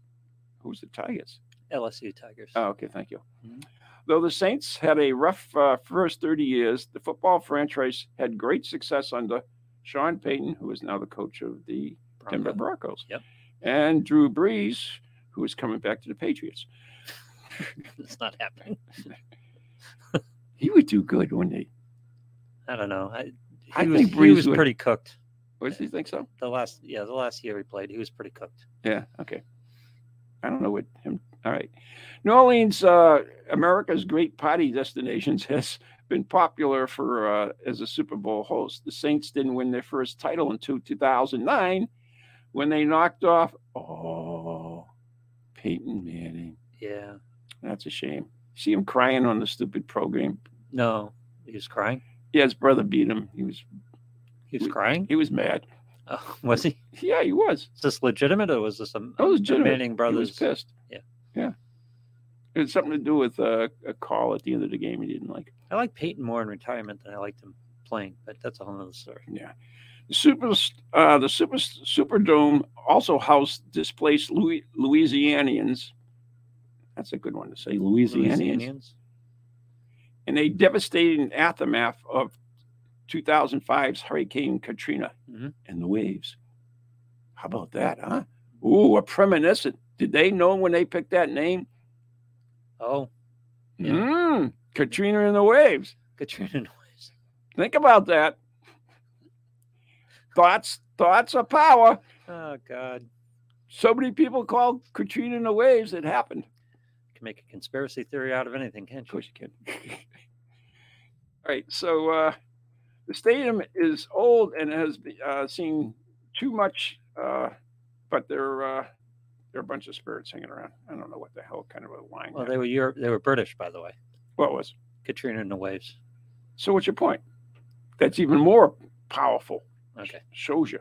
Speaker 1: Who's the Tigers?
Speaker 2: LSU Tigers.
Speaker 1: Oh, okay, thank you.
Speaker 2: Mhm.
Speaker 1: Though the Saints had a rough uh, first 30 years, the football franchise had great success under Sean Payton, who is now the coach of the Denver
Speaker 2: Bronco.
Speaker 1: Broncos,
Speaker 2: Yep.
Speaker 1: and Drew Brees, who is coming back to the Patriots.
Speaker 2: It's not happening.
Speaker 1: He would do good, wouldn't he?
Speaker 2: I don't know. I, he
Speaker 1: I
Speaker 2: was,
Speaker 1: think
Speaker 2: he
Speaker 1: Breeze
Speaker 2: was
Speaker 1: would-
Speaker 2: pretty cooked.
Speaker 1: What do you think so?
Speaker 2: The last, yeah, the last year he played, he was pretty cooked.
Speaker 1: Yeah, okay. I don't know what him. All right. New Orleans, uh, America's great party destinations, has been popular for uh, as a Super Bowl host. The Saints didn't win their first title until 2009 when they knocked off, oh, Peyton Manning.
Speaker 2: Yeah.
Speaker 1: That's a shame. See him crying on the stupid program.
Speaker 2: No, he was crying.
Speaker 1: Yeah, his brother beat him. He was
Speaker 2: He was
Speaker 1: We-
Speaker 2: crying.
Speaker 1: he was mad.
Speaker 2: Oh, was he?
Speaker 1: Yeah, he was.
Speaker 2: Is this legitimate or was this a,
Speaker 1: That was
Speaker 2: the
Speaker 1: legitimate.
Speaker 2: Manning brothers?
Speaker 1: He was pissed.
Speaker 2: Yeah.
Speaker 1: Yeah. It had something to do with uh, a call at the end of the game he didn't like.
Speaker 2: I like Peyton more in retirement than I liked him playing, but that's a whole nother story.
Speaker 1: Yeah. The Super, uh, the Super Superdome also housed displaced Louis, Louisianians. That's a good one to say, Louisianians, in a devastating aftermath of 2005's Hurricane Katrina
Speaker 2: Mhm.
Speaker 1: and the waves. How about that, huh? Ooh, a premonition. Did they know when they picked that name?
Speaker 2: Oh, Yeah.
Speaker 1: Mm, Katrina and the waves.
Speaker 2: Katrina noise.
Speaker 1: Think about that. Thoughts, thoughts are power.
Speaker 2: Oh God.
Speaker 1: So many people called Katrina the waves. It happened.
Speaker 2: can make a conspiracy theory out of anything, can't
Speaker 1: Of
Speaker 2: you?
Speaker 1: course you can. All right, so uh, the stadium is old and has uh, seen too much, uh, but there uh, there are a bunch of spirits hanging around. I don't know what the hell kind of a line.
Speaker 2: Well,
Speaker 1: that-
Speaker 2: they were Europe. They were British, by the way.
Speaker 1: what was?
Speaker 2: Katrina and the waves.
Speaker 1: So what's your point? That's even more powerful.
Speaker 2: Okay.
Speaker 1: shows you.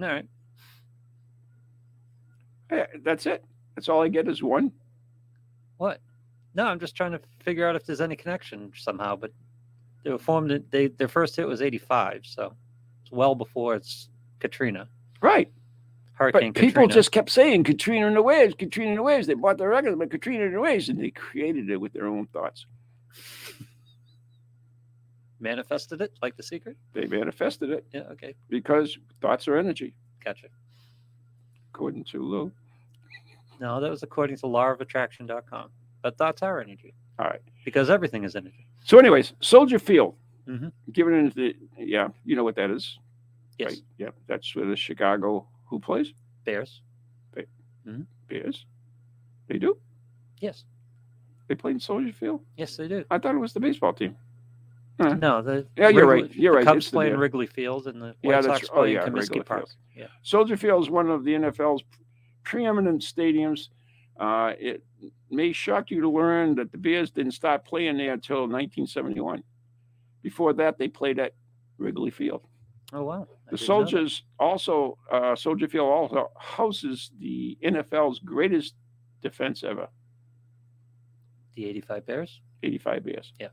Speaker 2: All right.
Speaker 1: Yeah, that's it. That's all I get is one.
Speaker 2: What? No, I'm just trying to figure out if there's any connection somehow. But they were formed. In, they their first hit was '85, so it's well before it's Katrina,
Speaker 1: Right. But
Speaker 2: Hurricane
Speaker 1: people
Speaker 2: Katrina.
Speaker 1: just kept saying Katrina and the Waves, Katrina and the Waves. They bought the records, but Katrina and the Waves, and they created it with their own thoughts.
Speaker 2: manifested it, like the secret.
Speaker 1: They manifested it
Speaker 2: Yeah. Okay.
Speaker 1: because thoughts are energy,
Speaker 2: Gotcha.
Speaker 1: according to Lou.
Speaker 2: No, that was according to lawofattraction.com. But thoughts are energy
Speaker 1: All right.
Speaker 2: because everything is energy.
Speaker 1: So, anyways, Soldier Field,
Speaker 2: Mhm.
Speaker 1: given into the, yeah, you know what that is,
Speaker 2: Yes.
Speaker 1: right? Yep. That's where the Chicago, who plays?
Speaker 2: Bears.
Speaker 1: Bears. They do.
Speaker 2: Yes.
Speaker 1: They play in Soldier Field.
Speaker 2: Yes, they do.
Speaker 1: I thought it was the baseball team.
Speaker 2: No, the
Speaker 1: Uh-huh. Yeah, you're
Speaker 2: Wrigley-
Speaker 1: right. You're
Speaker 2: the
Speaker 1: right.
Speaker 2: Cubs
Speaker 1: It's the
Speaker 2: play in
Speaker 1: Bears.
Speaker 2: Wrigley Field, and the White
Speaker 1: Yeah, that's
Speaker 2: Sox
Speaker 1: right. Oh,
Speaker 2: play
Speaker 1: yeah,
Speaker 2: in
Speaker 1: Wrigley
Speaker 2: Comiskey Park.
Speaker 1: Field.
Speaker 2: Yeah,
Speaker 1: Soldier Field is one of the NFL's preeminent stadiums. Uh, it may shock you to learn that the Bears didn't start playing there until 1971. Before that, they played at Wrigley Field.
Speaker 2: Oh wow. I
Speaker 1: The
Speaker 2: didn't know that.
Speaker 1: Soldiers also uh, Soldier Field also houses the NFL's greatest defense ever,
Speaker 2: The '85 Bears.
Speaker 1: 85 Bears.
Speaker 2: Yeah.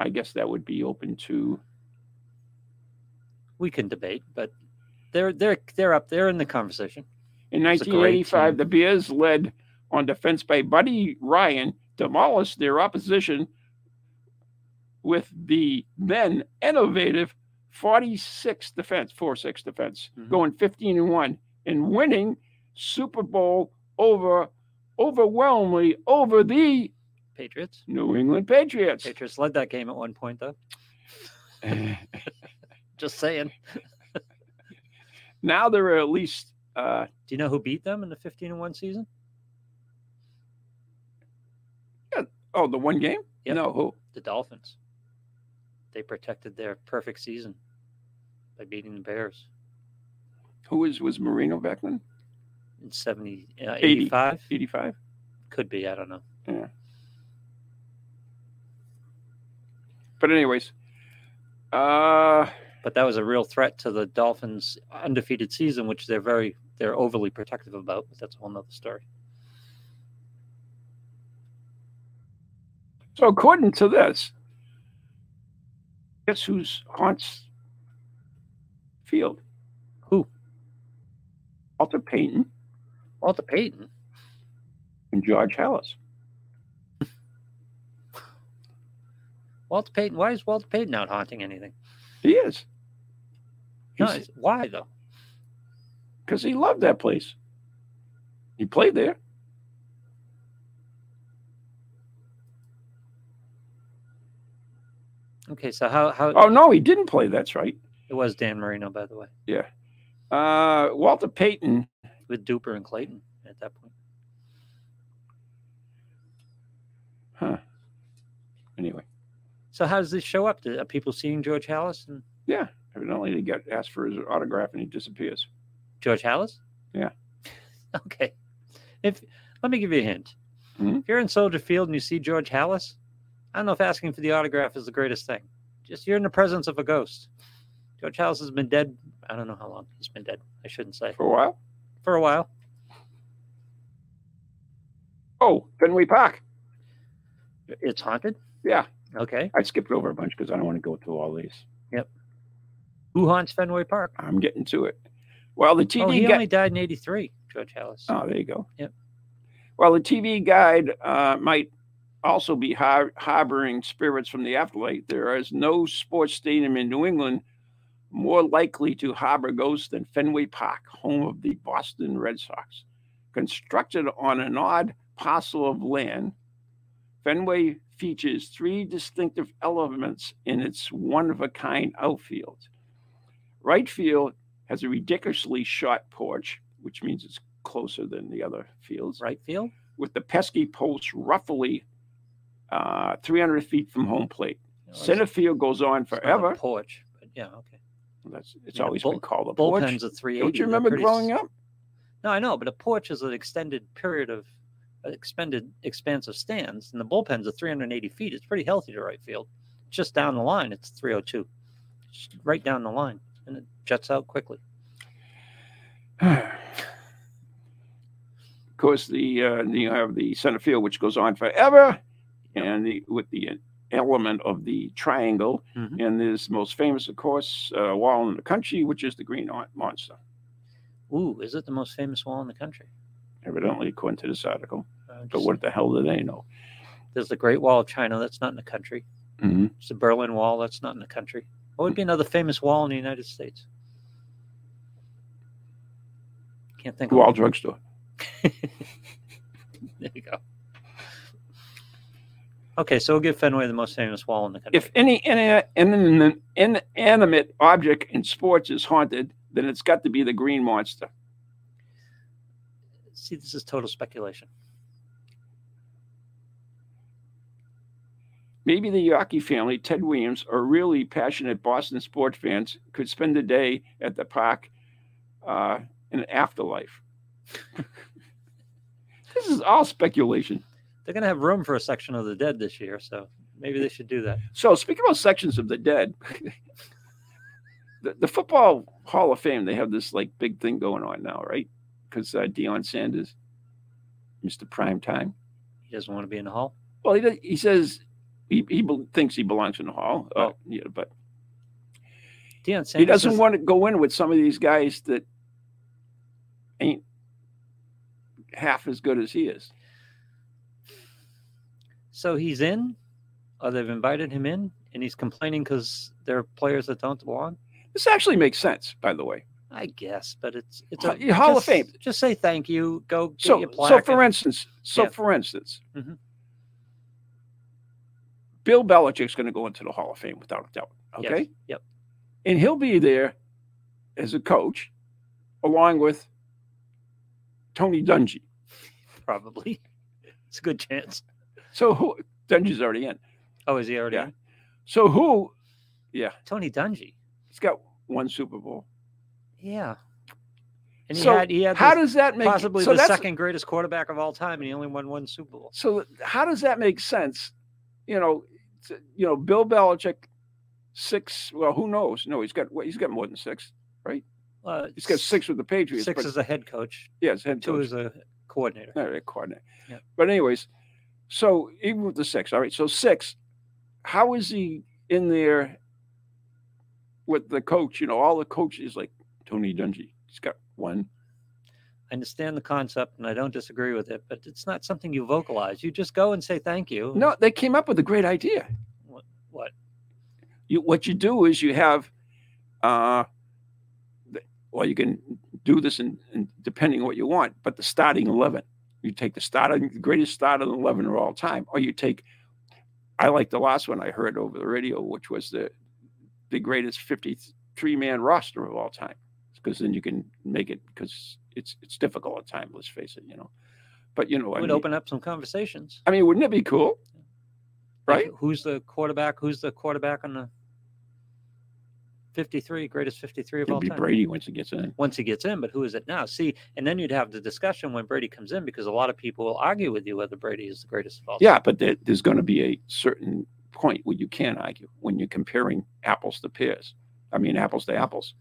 Speaker 1: I guess that would be open to
Speaker 2: We can debate, but they're they're they're up there in the conversation.
Speaker 1: In
Speaker 2: It's a great
Speaker 1: 1985,
Speaker 2: team.
Speaker 1: the Bears, led on defense by Buddy Ryan, demolished their opposition with the then innovative 46 defense, 4 6 defense,
Speaker 2: Mhm.
Speaker 1: going 15 and 1 and winning Super Bowl over overwhelmingly over the
Speaker 2: Patriots.
Speaker 1: New England Patriots.
Speaker 2: Patriots led that game at one point, though. Just saying.
Speaker 1: now there are at least uh,
Speaker 2: Do you know who beat them in the 15 and one season?
Speaker 1: oh the one game?
Speaker 2: Yep.
Speaker 1: No, who?
Speaker 2: The Dolphins. They protected their perfect season by beating the Bears
Speaker 1: Who is was Marino back then?
Speaker 2: in 70, uh,
Speaker 1: Eighty.
Speaker 2: 85.
Speaker 1: 85.
Speaker 2: Could be. I don't know.
Speaker 1: But anyways, uh
Speaker 2: But that was a real threat to the Dolphins' undefeated season, which they're very they're overly protective about. But that's a whole nother story.
Speaker 1: So according to this, guess who's haunts field?
Speaker 2: Who?
Speaker 1: Walter Payton
Speaker 2: Walter Payton.
Speaker 1: and George Hallis.
Speaker 2: Walter Payton. Why is Walter Payton not haunting anything?
Speaker 1: He is.
Speaker 2: No, it's- why though?
Speaker 1: Because he loved that place. He played there.
Speaker 2: Okay, so how how
Speaker 1: Oh no, he didn't play. That's right.
Speaker 2: it was Dan Marino, by the way,
Speaker 1: Uh, Walter Payton.
Speaker 2: with Duper and Clayton at that point.
Speaker 1: Anyway,
Speaker 2: So how does this show up? Do, are people seeing George Hallis and
Speaker 1: yeah. Evidently, he got asked for his autograph and he disappears.
Speaker 2: George Hallis?
Speaker 1: Yeah.
Speaker 2: okay. If let me give you a hint.
Speaker 1: Mhm.
Speaker 2: If you're in Soldier Field and you see George Hallis, I don't know if asking for the autograph is the greatest thing. Just you're in the presence of a ghost. George Hallis has been dead. I don't know how long he's been dead. I shouldn't say
Speaker 1: For a while.
Speaker 2: for a while.
Speaker 1: Oh, Fenway Park.
Speaker 2: It's haunted.
Speaker 1: Yeah.
Speaker 2: Okay.
Speaker 1: I skipped over a bunch because I don't want to go through all these.
Speaker 2: Who haunts Fenway Park?
Speaker 1: I'm getting to it. Well, the TV
Speaker 2: oh, he
Speaker 1: guy-
Speaker 2: only died in '83. George Hallis.
Speaker 1: Oh, there you go.
Speaker 2: Yep.
Speaker 1: Well, the TV guide uh, might also be har- harboring spirits from the afterlife. There is no sports stadium in New England more likely to harbor ghosts than Fenway Park, home of the Boston Red Sox. Constructed on an odd parcel of land, Fenway features three distinctive elements in its one of a kind outfield. Right field has a ridiculously short porch, which means it's closer than the other fields.
Speaker 2: Right field.
Speaker 1: with the pesky post roughly uh, 300 feet from home plate.
Speaker 2: You know, it's-
Speaker 1: Center field goes on
Speaker 2: it's not a
Speaker 1: forever.
Speaker 2: Porch, but yeah, okay.
Speaker 1: That's, it's
Speaker 2: Yeah,
Speaker 1: always
Speaker 2: bull-
Speaker 1: been called a porch.
Speaker 2: Bullpens are three eighty.
Speaker 1: Don't you remember growing up?
Speaker 2: No, I know, but a porch is an extended period of an expended expanse of stands, and the bullpens are 380 feet. It's pretty healthy to right field. Just down the line, it's 302. It's right down the line, and it jets out quickly.
Speaker 1: of course, the uh, you have the center field, which goes on forever, and the, with the element of the triangle,
Speaker 2: Mhm.
Speaker 1: and this most famous, of course, uh, wall in the country, which is the Green Mon- Monster.
Speaker 2: Ooh, is it the most famous wall in the country?
Speaker 1: Evidently, according to this article,
Speaker 2: Uh,
Speaker 1: but
Speaker 2: just-
Speaker 1: what the hell do they know?
Speaker 2: There's the Great Wall of China. That's not in the country.
Speaker 1: Mm-hmm.
Speaker 2: It's the Berlin Wall. That's not in the country. What would be another famous wall in the United States? Can't think of
Speaker 1: Wall
Speaker 2: one.
Speaker 1: drugstore.
Speaker 2: There you go. Okay, so we'll give Fenway the most famous wall in the country.
Speaker 1: If any ina- inan- inanimate object in sports is haunted, then it's got to be the Green Monster.
Speaker 2: See, this is total speculation.
Speaker 1: Maybe the Yockey family, Ted Williams, are really passionate Boston sports fans, could spend the day at the park uh, in an afterlife. this is all speculation.
Speaker 2: They're going to have room for a section of the dead this year, so maybe they should do that.
Speaker 1: So, speaking about sections of the dead, the, the Football Hall of Fame, they have this like big thing going on now, right? Because uh, Deion Sanders, Mr. Prime Time.
Speaker 2: He doesn't want to be in the hall.
Speaker 1: Well, he does, he says he, he bel- thinks he belongs in the hall, uh,
Speaker 2: Oh.
Speaker 1: yeah, but
Speaker 2: Deion Sanders.
Speaker 1: he doesn't
Speaker 2: is-
Speaker 1: want to go in with some of these guys that ain't half as good as he is.
Speaker 2: So he's in, or they've invited him in, and he's complaining because there are players that don't belong.
Speaker 1: This actually makes sense, by the way.
Speaker 2: I guess, but it's it's
Speaker 1: Ho- Hall of
Speaker 2: just-
Speaker 1: Fame.
Speaker 2: Just say thank you. Go get
Speaker 1: So,
Speaker 2: your
Speaker 1: so
Speaker 2: plaque.
Speaker 1: for
Speaker 2: and-
Speaker 1: instance, so
Speaker 2: Yeah.
Speaker 1: for instance,
Speaker 2: Mhm.
Speaker 1: Bill Belichick's going to go into the Hall of Fame without a doubt.
Speaker 2: Yes,
Speaker 1: Okay,
Speaker 2: Yep.
Speaker 1: and he'll be there as a coach, along with Tony Dungy.
Speaker 2: Probably. It's a good chance.
Speaker 1: So who Dungy's already in.
Speaker 2: Oh, is he already?
Speaker 1: Yeah.
Speaker 2: in?
Speaker 1: So who? Yeah,
Speaker 2: Tony Dungy.
Speaker 1: he's got one Super Bowl.
Speaker 2: Yeah. And he
Speaker 1: So
Speaker 2: had he had
Speaker 1: How
Speaker 2: the-
Speaker 1: does that make
Speaker 2: possibly
Speaker 1: so
Speaker 2: the
Speaker 1: that's-
Speaker 2: second greatest quarterback of all time, and he only won one Super Bowl.
Speaker 1: So how does that make sense? You know, t- you know, Bill Belichick, six. Well, who knows? No, he's got well, he's got more than six.
Speaker 2: Uh,
Speaker 1: He's got six with the Patriots.
Speaker 2: Six
Speaker 1: but,
Speaker 2: as a head coach,
Speaker 1: yes, head
Speaker 2: two
Speaker 1: coach.
Speaker 2: as a coordinator.
Speaker 1: Not a coordinator.
Speaker 2: Yeah.
Speaker 1: But anyways, so even with the six, all right. So six, how is he in there with the coach? You know, all the coaches like Tony Dungy. He's got one.
Speaker 2: I understand the concept, and I don't disagree with it, but it's not something you vocalize. You just go and say thank you.
Speaker 1: No, they came up with a great idea.
Speaker 2: What? what?
Speaker 1: you what you do is you have uh the, well you can do this in, in depending on what you want but the starting 11 you take the starting the greatest starting 11 of all time or you take i like the last one i heard over the radio which was the the greatest 53 man roster of all time because then you can make it because it's it's difficult at times let's face it you know but you know I
Speaker 2: Would
Speaker 1: mean,
Speaker 2: open up some conversations.
Speaker 1: I mean wouldn't it be cool
Speaker 2: Like,
Speaker 1: right?
Speaker 2: who's the quarterback? Who's the quarterback on the 53, greatest 53 of
Speaker 1: it'll
Speaker 2: all
Speaker 1: be
Speaker 2: time?
Speaker 1: brady once he gets in
Speaker 2: once he gets in, but who is it now? See, and then you'd have the discussion when Brady comes in because a lot of people will argue with you whether Brady is the greatest of all time.
Speaker 1: Yeah, but there, there's going to be a certain point where you can argue when you're comparing apples to pears. I mean, apples to apples.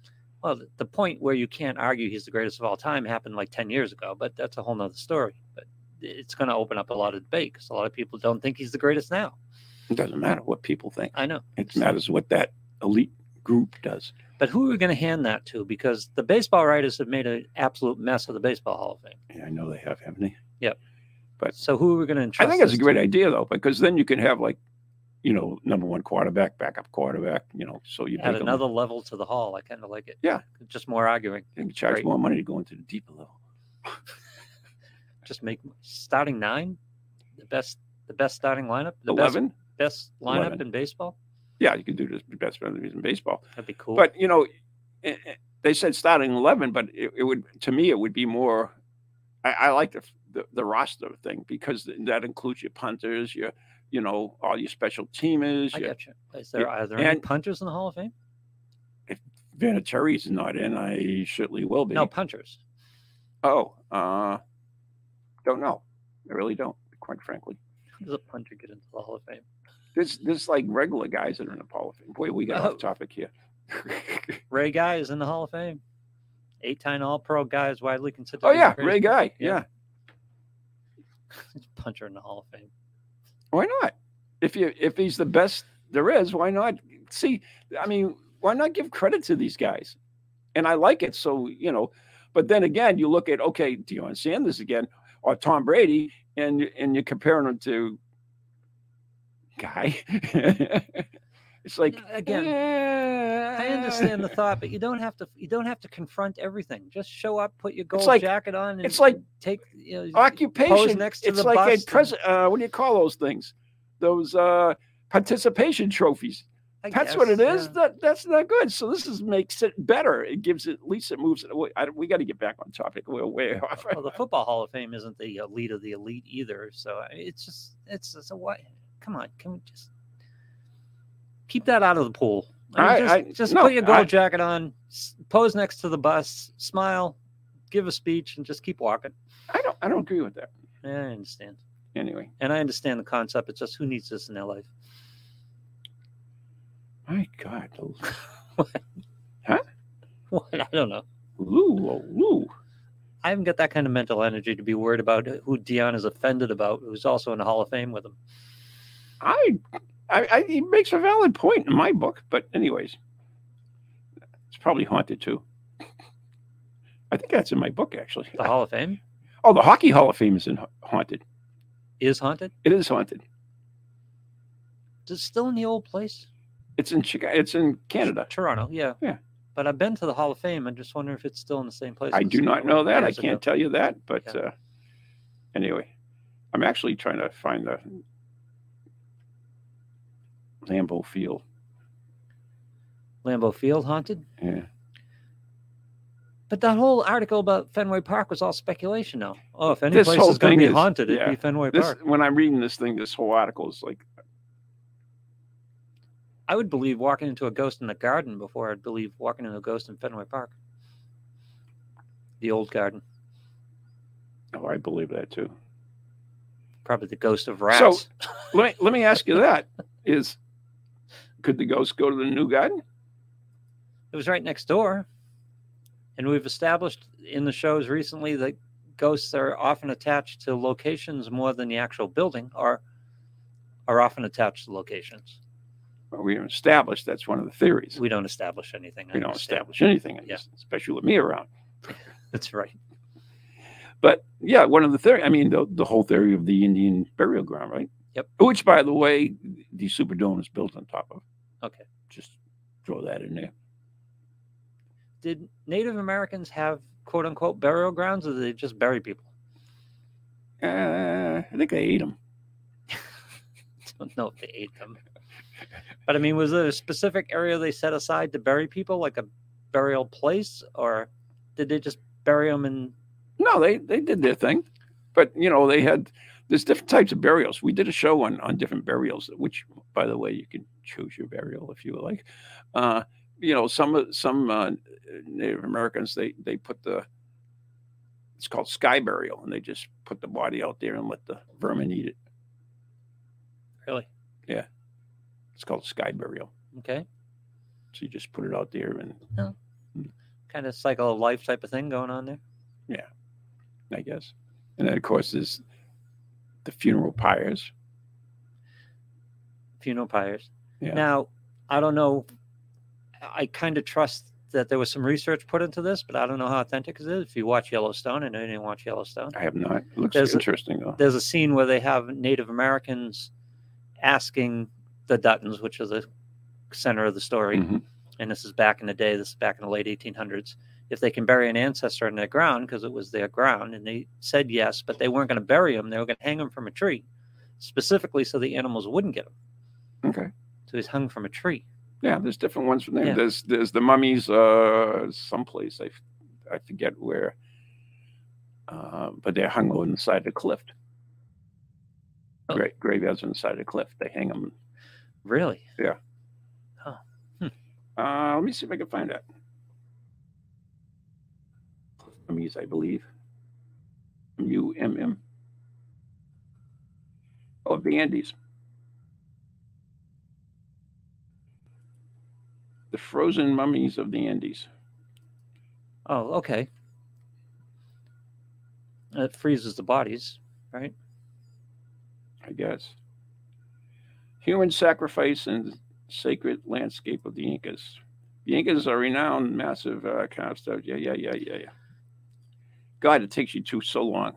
Speaker 2: Well, th- the point where you can't argue he's the greatest of all time happened like 10 years ago, but that's a whole nother story. But it's going to open up a lot of debate because a lot of people don't think he's the greatest now.
Speaker 1: It doesn't matter what people think.
Speaker 2: I know.
Speaker 1: It matters what that elite group does.
Speaker 2: But who are we going to hand that to? Because the baseball writers have made an absolute mess of the Baseball Hall of Fame.
Speaker 1: And I know they have, haven't they? But
Speaker 2: So who are we going to
Speaker 1: I
Speaker 2: entrust?
Speaker 1: think it's a
Speaker 2: this
Speaker 1: great
Speaker 2: to?
Speaker 1: idea though, because then you can have like, you know, number one quarterback, backup quarterback. You know, so you
Speaker 2: Add
Speaker 1: make 'em-
Speaker 2: another level to the hall. I kind of like it.
Speaker 1: Yeah.
Speaker 2: Just more arguing.
Speaker 1: they can charge
Speaker 2: Right.
Speaker 1: more money to go into the deeper level.
Speaker 2: just make starting nine the best the best starting lineup the
Speaker 1: Eleven.
Speaker 2: best best lineup
Speaker 1: Eleven.
Speaker 2: in baseball
Speaker 1: Yeah, you can do this best friend in baseball.
Speaker 2: that'd be cool
Speaker 1: But you know, eh, eh, they said starting eleven, but it, it would to me it would be more. I, I like the f- the, the roster thing because th- that includes your punters, your you know all your special teamers.
Speaker 2: I
Speaker 1: Your,
Speaker 2: get you. Is there are there any
Speaker 1: and-
Speaker 2: punters in the Hall of Fame?
Speaker 1: Vinatieri's not in. I certainly will be.
Speaker 2: No punters.
Speaker 1: Oh, uh, don't know. I really don't. Quite frankly,
Speaker 2: How does a punter get into the Hall of Fame?
Speaker 1: there's there's like regular guys that are in the Hall of Fame. Boy, we got
Speaker 2: Oh.
Speaker 1: off topic here.
Speaker 2: Ray Guy is in the Hall of Fame. Eight-time All-Pro guy is widely considered.
Speaker 1: oh
Speaker 2: the
Speaker 1: yeah,
Speaker 2: greatest
Speaker 1: Ray Guy.
Speaker 2: Yeah.
Speaker 1: yeah.
Speaker 2: punter in the Hall of Fame.
Speaker 1: Why not? If you if he's the best there is, why not? See, I mean, why not give credit to these guys? And I like it. So you know, but then again, you look at okay, Deion Sanders again or Tom Brady, and you- and you're comparing them to guy. it's like
Speaker 2: Yeah, again, I understand the thought, but you don't have to. You don't have to confront everything. Just show up, put your gold
Speaker 1: like-
Speaker 2: jacket on, and
Speaker 1: it's like
Speaker 2: take. You know,
Speaker 1: occupation.
Speaker 2: next to
Speaker 1: it's
Speaker 2: the
Speaker 1: like
Speaker 2: bus
Speaker 1: a present. Uh, what do you call those things? Those uh, participation trophies.
Speaker 2: I
Speaker 1: that's what
Speaker 2: guess,
Speaker 1: it is.
Speaker 2: yeah.
Speaker 1: That that's not good. So this is makes it better. It gives it at least it moves it away. I, we got to get back on topic. We're way off.
Speaker 2: well, the football Hall of Fame isn't the elite of the elite either. So I- it's just it's, it's a what? Come on, can we just keep that out of the pool?
Speaker 1: I-
Speaker 2: just
Speaker 1: I-
Speaker 2: just
Speaker 1: no,
Speaker 2: put your gold
Speaker 1: I-
Speaker 2: jacket on, s- pose next to the bus, smile, give a speech, and just keep walking.
Speaker 1: I don't I don't agree with that.
Speaker 2: Yeah, I understand,
Speaker 1: Anyway,
Speaker 2: and I understand the concept. It's just who needs this in their life?
Speaker 1: my God, those-
Speaker 2: What? I don't know.
Speaker 1: Lou, oh, Lou.
Speaker 2: I haven't got that kind of mental energy to be worried about who Dion is offended about, who's also in the Hall of Fame with him.
Speaker 1: I, I, I he makes a valid point in my book. But anyways, it's probably haunted too. I think that's in my book actually.
Speaker 2: The Hall of Fame
Speaker 1: Oh, the Hockey Hall of Fame is in Ha- haunted.
Speaker 2: is haunted.
Speaker 1: It is haunted.
Speaker 2: It's still in the old place.
Speaker 1: It's in Chicago. It's in Canada.
Speaker 2: Toronto, yeah.
Speaker 1: Yeah.
Speaker 2: But I've been to the Hall of Fame. I'm just wondering if it's still in the same place.
Speaker 1: I
Speaker 2: as
Speaker 1: do
Speaker 2: it
Speaker 1: not
Speaker 2: was
Speaker 1: know that. I
Speaker 2: years ago.
Speaker 1: can't tell you that. But
Speaker 2: Yeah.
Speaker 1: uh, anyway, I'm actually trying to find the Lambeau Field.
Speaker 2: Lambeau Field haunted.
Speaker 1: Yeah.
Speaker 2: But that whole article about Fenway Park was all speculation, though. Oh, if any
Speaker 1: This
Speaker 2: place
Speaker 1: whole
Speaker 2: is going
Speaker 1: thing
Speaker 2: to be
Speaker 1: is-
Speaker 2: haunted, it'd be
Speaker 1: yeah.
Speaker 2: Fenway
Speaker 1: This
Speaker 2: Park.
Speaker 1: when I'm reading this thing, this whole article is like,
Speaker 2: I would believe walking into a ghost in the garden before I'd believe walking into a ghost in Fenway Park. The old garden,
Speaker 1: oh, I believe that too.
Speaker 2: probably the ghost of rats.
Speaker 1: Let me let me ask you that is, could the ghost go to the new garden?
Speaker 2: It was right next door. And we've established in the shows recently that ghosts are often attached to locations more than the actual building are are often attached to locations.
Speaker 1: Well, we have established that's one of the theories.
Speaker 2: We don't establish anything. I
Speaker 1: We don't
Speaker 2: understand.
Speaker 1: establish anything,
Speaker 2: Yeah.
Speaker 1: especially with me around.
Speaker 2: That's right.
Speaker 1: But yeah, one of the theory. I mean, the, the whole theory of the Indian burial ground, right?
Speaker 2: Yep.
Speaker 1: Which, by the way, the Superdome is built on top of.
Speaker 2: Okay.
Speaker 1: Just throw that in there.
Speaker 2: Did Native Americans have quote unquote burial grounds or did they just bury people?
Speaker 1: Uh, I think they ate them.
Speaker 2: don't know if they ate them. But I mean, was there a specific area they set aside to bury people, like a burial place, or did they just bury them in
Speaker 1: No, they they did their thing, but you know they had there's different types of burials. We did a show on on different burials, which by the way you can choose your burial if you like. Uh, you know some of- some uh, Native Americans they they put the it's called sky burial, and they just put the body out there and let the vermin eat it.
Speaker 2: really?
Speaker 1: It's called sky burial.
Speaker 2: Okay.
Speaker 1: So you just put it out there, and
Speaker 2: kind of cycle of life type of thing going on there.
Speaker 1: I guess, and then of course there's the funeral pyres.
Speaker 2: Funeral pyres.
Speaker 1: Yeah.
Speaker 2: Now, I don't know. I kind of trust that there was some research put into this, but I don't know how authentic it is. If you watch Yellowstone, I know you didn't watch Yellowstone.
Speaker 1: I have not. It looks
Speaker 2: There's a-
Speaker 1: interesting though.
Speaker 2: There's a scene where they have Native Americans asking the Duttons, which are the center of the story,
Speaker 1: Mhm.
Speaker 2: and this is back in the day, this is back in the late 1800s, if they can bury an ancestor in their ground because it was their ground. And they said yes, but they weren't going to bury him. They were going to hang him from a tree, specifically so the animals wouldn't get him.
Speaker 1: Okay.
Speaker 2: So he's hung from a tree.
Speaker 1: Yeah, there's different ones from there.
Speaker 2: Yeah.
Speaker 1: There's there's the mummies uh someplace I f- I forget where. uh, but they're hung on the side of the cliff.
Speaker 2: Oh.
Speaker 1: Gra- graveyards on the side of the cliff. They hang them.
Speaker 2: Really?
Speaker 1: Uh, let me see if I can find that. Cliff Mummies, I believe. U M M. Oh, the Andes. The frozen mummies of the Andes.
Speaker 2: Oh, okay. It freezes the bodies.
Speaker 1: I guess. Human sacrifice and sacred landscape of the Incas. The Incas are renowned, massive uh, kind of stuff. Yeah, yeah, yeah, yeah, yeah. God, it takes you two so long.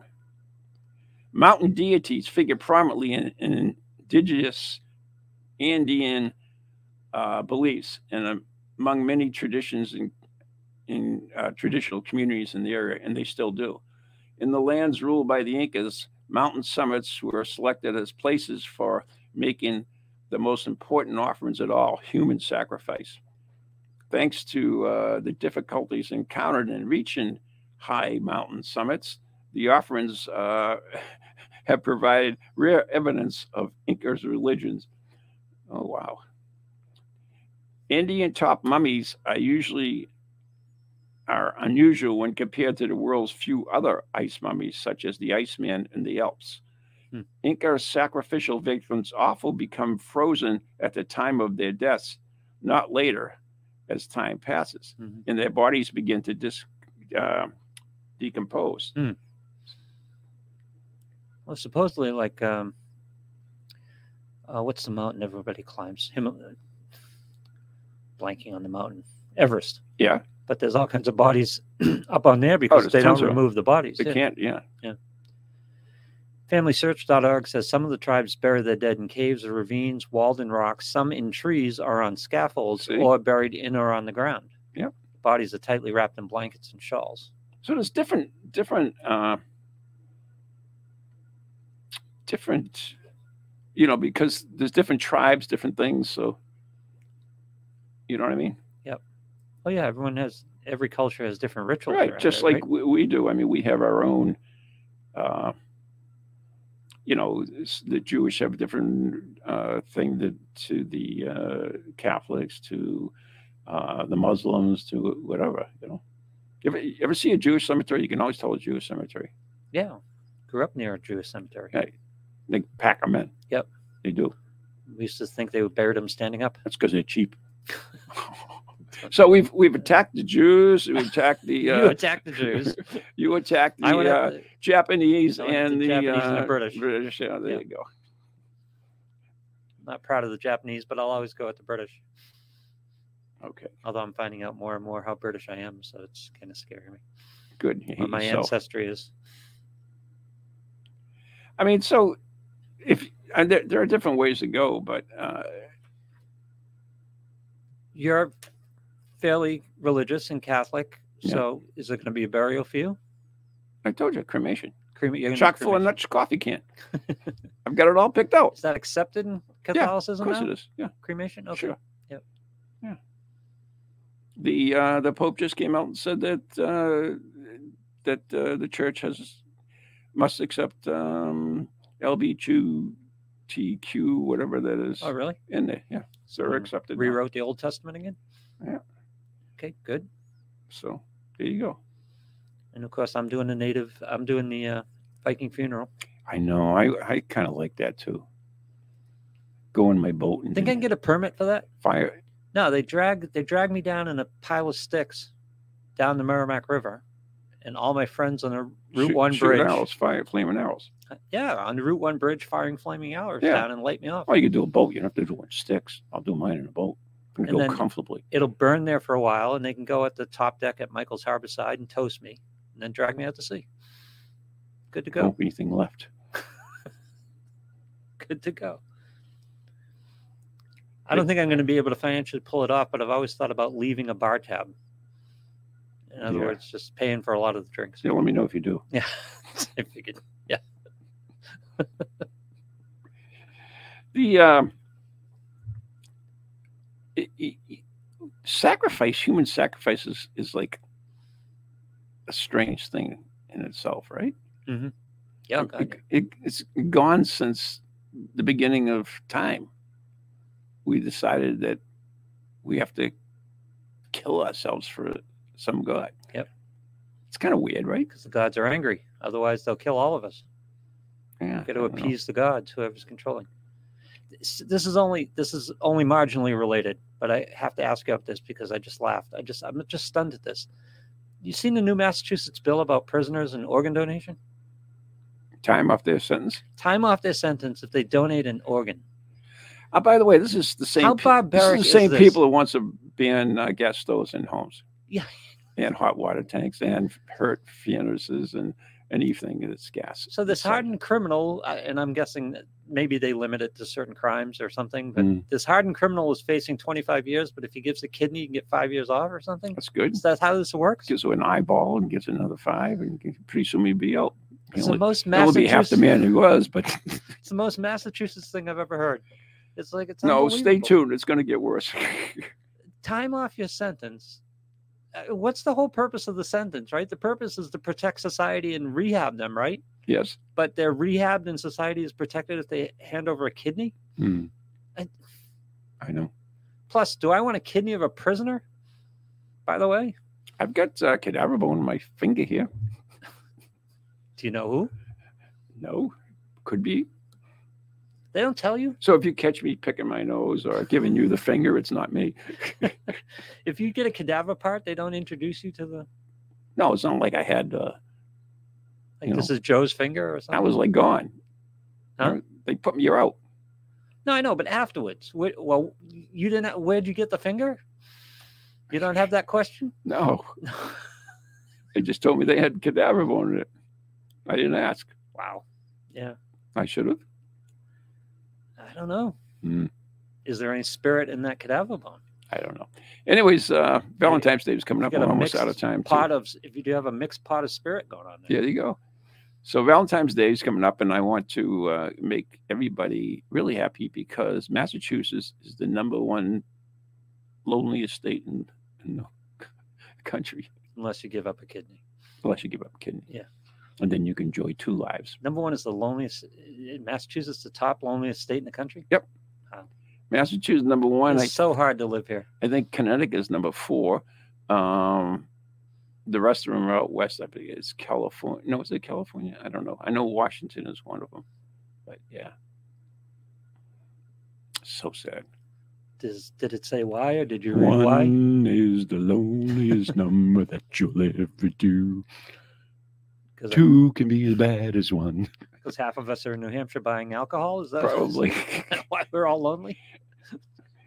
Speaker 1: Mountain deities figure prominently in, in indigenous Andean uh, beliefs and um, among many traditions in, in uh, traditional communities in the area, and they still do. In the lands ruled by the Incas, mountain summits were selected as places for making the most important offerings at all human sacrifice. Thanks to uh, the difficulties encountered in reaching high mountain summits, the offerings uh, have provided rare evidence of Inca's religions. Oh, wow. Indian top mummies are usually are unusual when compared to the world's few other ice mummies, such as the Iceman in the Alps.
Speaker 2: Hmm.
Speaker 1: Inca sacrificial victims often become frozen at the time of their deaths, not later as time passes,
Speaker 2: Mhm.
Speaker 1: and their bodies begin to dis, uh, decompose.
Speaker 2: Well, supposedly, like, um, uh, what's the mountain everybody climbs? Him, uh, blanking on the mountain, Everest.
Speaker 1: Yeah. Oh,
Speaker 2: But there's all kinds of bodies up on there because
Speaker 1: there's
Speaker 2: they
Speaker 1: tons
Speaker 2: don't
Speaker 1: of 'em.
Speaker 2: remove the bodies.
Speaker 1: They
Speaker 2: yeah.
Speaker 1: can't, yeah.
Speaker 2: FamilySearch.org says some of the tribes bury their dead in caves or ravines, walled in rocks, some in trees or on scaffolds
Speaker 1: See?
Speaker 2: or buried in or on the ground.
Speaker 1: Yep.
Speaker 2: Bodies are tightly wrapped in blankets and shawls.
Speaker 1: So there's different, different, uh, different, you know, because there's different tribes, different things. So, you know what I mean?
Speaker 2: Oh yeah, everyone has every culture has different rituals.
Speaker 1: Right.
Speaker 2: around
Speaker 1: Just
Speaker 2: it,
Speaker 1: like
Speaker 2: right?
Speaker 1: We, we do. I mean, we have our own, uh, you know, s- the Jewish have a different uh, thing that, to the uh, Catholics, to uh, the Muslims, to whatever, you know. You ever, you ever see a Jewish cemetery? You can always tell a Jewish cemetery.
Speaker 2: yeah. Grew up near a Jewish cemetery.
Speaker 1: Yeah. They pack them in.
Speaker 2: Yep.
Speaker 1: They do.
Speaker 2: We used to think they would bury them standing up.
Speaker 1: That's because they're cheap. so we've we've attacked the Jews. We've attacked the
Speaker 2: You
Speaker 1: uh,
Speaker 2: attack the Jews.
Speaker 1: you attacked the
Speaker 2: I would
Speaker 1: uh,
Speaker 2: have to,
Speaker 1: Japanese
Speaker 2: I went to
Speaker 1: and the,
Speaker 2: Japanese and the
Speaker 1: uh,
Speaker 2: British.
Speaker 1: yeah, there
Speaker 2: Yeah.
Speaker 1: you go.
Speaker 2: not proud of the Japanese, but I'll always go with the British.
Speaker 1: Okay,
Speaker 2: Although I'm finding out more and more how British I am, so it's kind of scaring me.
Speaker 1: good. You hate
Speaker 2: What my
Speaker 1: yourself.
Speaker 2: ancestry is.
Speaker 1: I mean, so if and there, there are different ways to go, but uh,
Speaker 2: you're fairly religious and Catholic,
Speaker 1: Yeah.
Speaker 2: so is there going to be a burial for you?
Speaker 1: I told you cremation,
Speaker 2: Crema- you're gonna do
Speaker 1: chock full of
Speaker 2: cremation.
Speaker 1: nuts coffee can. I've got it all picked out.
Speaker 2: Is that accepted in
Speaker 1: Of
Speaker 2: Catholicism
Speaker 1: course it
Speaker 2: now?
Speaker 1: is. Yeah,
Speaker 2: Cremation? Okay.
Speaker 1: sure.
Speaker 2: Yep.
Speaker 1: Yeah. The uh, the Pope just came out and said that uh, that uh, the church has must accept um, LBGTQ, whatever that is,
Speaker 2: Oh, really?
Speaker 1: in there. Yeah, so they're
Speaker 2: Someone
Speaker 1: accepted. now.
Speaker 2: Rewrote the Old Testament again?
Speaker 1: Yeah.
Speaker 2: Okay, good.
Speaker 1: So there you go.
Speaker 2: And of course, I'm doing the native, I'm doing the uh, Viking funeral.
Speaker 1: I know. I, I kind of like that too. Go in my boat and
Speaker 2: Think I can get a permit for that?
Speaker 1: fire.
Speaker 2: No, they drag they drag me down in a pile of sticks down the Merrimack River, and all my friends on the Route
Speaker 1: shoot-
Speaker 2: One
Speaker 1: shoot
Speaker 2: bridge. Uh,
Speaker 1: Arrows, fire flaming arrows.
Speaker 2: Yeah, on the Route One bridge, firing flaming arrows
Speaker 1: Yeah.
Speaker 2: down and light me off.
Speaker 1: Well, you can do a boat. You don't have to do one sticks. I'll do mine in a boat. I'm
Speaker 2: And
Speaker 1: gonna go
Speaker 2: then-
Speaker 1: comfortably.
Speaker 2: it'll burn there for a while, and they can go at the top deck at Michael's Harborside and toast me, and then drag me out to sea. Good to go.
Speaker 1: Won't be anything left.
Speaker 2: Good to go. I don't think I'm going to be able to financially pull it off, but I've always thought about leaving a bar tab. In other
Speaker 1: Yeah.
Speaker 2: words, just paying for a lot of the drinks.
Speaker 1: So let me know if you do.
Speaker 2: Yeah, I figured.
Speaker 1: The um, i- i- i- sacrifice, human sacrifice, is, is like a strange thing in itself, right?
Speaker 2: Yeah.
Speaker 1: It- it- it's gone since the beginning of time. We decided that we have to kill ourselves for some god.
Speaker 2: Yep.
Speaker 1: It's kind of weird, right?
Speaker 2: Because the gods are angry. Otherwise, they'll kill all of us.
Speaker 1: Yeah.
Speaker 2: You've got
Speaker 1: I
Speaker 2: to
Speaker 1: don't know.
Speaker 2: appease the gods, whoever's controlling. This, this is only this is only marginally related, but I have to ask you about this because I just laughed. I just I'm just stunned at this. You seen the new Massachusetts bill about prisoners and organ donation?
Speaker 1: Time off their sentence.
Speaker 2: Time off their sentence if they donate an organ.
Speaker 1: Uh, by the way, this is the same. pe-
Speaker 2: How
Speaker 1: this is
Speaker 2: barbaric
Speaker 1: the
Speaker 2: is
Speaker 1: same
Speaker 2: this?
Speaker 1: people who wants to ban uh, gas stoves in homes.
Speaker 2: Yeah.
Speaker 1: And hot water tanks and hurt furnaces and anything that's gas.
Speaker 2: So this
Speaker 1: inside.
Speaker 2: hardened criminal, uh, and I'm guessing that maybe they limit it to certain crimes or something, but
Speaker 1: Mm.
Speaker 2: this hardened criminal is facing 25 years, but if he gives a kidney, you can get five years off or something.
Speaker 1: That's good.
Speaker 2: Is that how this works?
Speaker 1: Gives you an eyeball and gets another five, and g- pretty soon he'll be out.
Speaker 2: It's
Speaker 1: He'll-
Speaker 2: the most
Speaker 1: he'll only be half the
Speaker 2: Massachusetts.
Speaker 1: man he was, but
Speaker 2: It's the most Massachusetts thing I've ever heard. It's like it's
Speaker 1: no, stay
Speaker 2: unbelievable.
Speaker 1: tuned. It's going to get worse.
Speaker 2: Time off your sentence. Uh, What's the whole purpose of the sentence, right? The purpose is to protect society and rehab them, right?
Speaker 1: yes.
Speaker 2: But they're rehabbed and society is protected if they hand over a kidney.
Speaker 1: I,
Speaker 2: I-
Speaker 1: Hmm. know.
Speaker 2: Plus, do I want a kidney of a prisoner? By the way,
Speaker 1: I've got uh, cadaver bone in my finger here.
Speaker 2: do you know who?
Speaker 1: No, could be.
Speaker 2: They don't tell you.
Speaker 1: So if you catch me picking my nose or giving you the finger, it's not me.
Speaker 2: If you get a cadaver part, they don't introduce you to the
Speaker 1: No, it's not like I had. Uh,
Speaker 2: like
Speaker 1: No.
Speaker 2: this is Joe's finger or something.
Speaker 1: I was like gone.
Speaker 2: Huh?
Speaker 1: They put me. You're out.
Speaker 2: No, I know, but afterwards, wh- well, you didn't. ha- Where'd you get the finger? You don't have that question.
Speaker 1: No, they just told me they had cadaver bone in it. I didn't ask.
Speaker 2: wow. Yeah,
Speaker 1: I should have.
Speaker 2: I don't know.
Speaker 1: Hmm.
Speaker 2: Is there any spirit in that cadaver bone?
Speaker 1: I don't know. Anyways, uh, Valentine's Day is coming
Speaker 2: You
Speaker 1: up.
Speaker 2: got
Speaker 1: We're
Speaker 2: a
Speaker 1: almost
Speaker 2: mixed
Speaker 1: out of time. too.
Speaker 2: Pot of s- if you do have a mixed pot of spirit going on
Speaker 1: Yeah,
Speaker 2: there.
Speaker 1: there you go. So Valentine's Day is coming up, and I want to uh, make everybody really happy because Massachusetts is the number one loneliest state in, in the country,
Speaker 2: Unless you give up a kidney.
Speaker 1: unless you give up kidney.
Speaker 2: Yeah.
Speaker 1: and then you can enjoy two lives.
Speaker 2: Number one is the loneliest. in Massachusetts, the top loneliest state in the country.
Speaker 1: Massachusetts number one. I,
Speaker 2: It's so hard to live here.
Speaker 1: I think Connecticut is number four. Um, the rest of them are out west. I believe it's California. No, is it California? I don't know. I know Washington is one of them, but yeah, so sad.
Speaker 2: Does, did it say why or did you read why?
Speaker 1: One is the loneliest number that you'll ever do.
Speaker 2: 'Cause I-
Speaker 1: Two can be as bad as one.
Speaker 2: Because half of us are in New Hampshire buying alcohol. Is that
Speaker 1: Probably.
Speaker 2: why we're all lonely?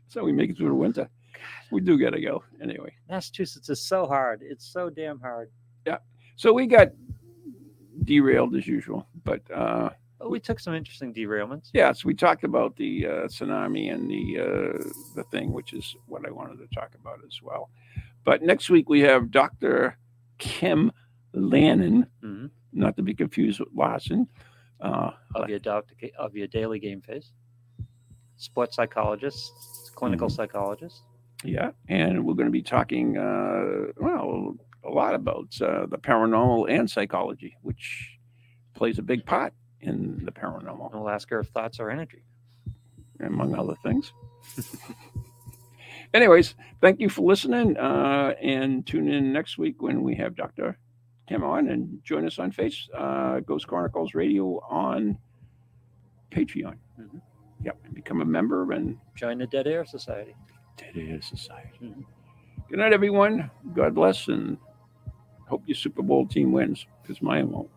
Speaker 1: so we make it through the winter. We do gotta go anyway.
Speaker 2: Massachusetts is so hard. It's so damn hard.
Speaker 1: So we got derailed as usual, but uh
Speaker 2: But we took some interesting derailments.
Speaker 1: yeah, so we talked about the uh, tsunami and the uh, the thing, which is what I wanted to talk about as well. But next week we have Dr. Kim Lannon,
Speaker 2: Mhm.
Speaker 1: not to be confused with Larson. Uh,
Speaker 2: Of your doc- of your daily game phase, sports psychologist, clinical psychologist.
Speaker 1: Yeah, and we're going to be talking, uh, well, a lot about uh, the paranormal and psychology, which plays a big part in the paranormal,
Speaker 2: And we'll ask her if thoughts are energy.
Speaker 1: among other things. Anyways, thank you for listening, uh, and tune in next week when we have Doctor Kim on, and join us on Face uh, Ghost Chronicles Radio on Patreon.
Speaker 2: Mhm.
Speaker 1: Yep, and become a member and
Speaker 2: Join the Dead Air Society.
Speaker 1: Dead Air Society.
Speaker 2: Mhm.
Speaker 1: Good night, everyone. God bless, and hope your Super Bowl team wins because mine won't.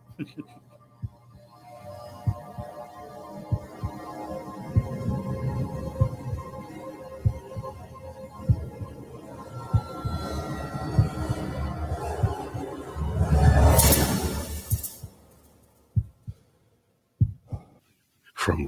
Speaker 3: From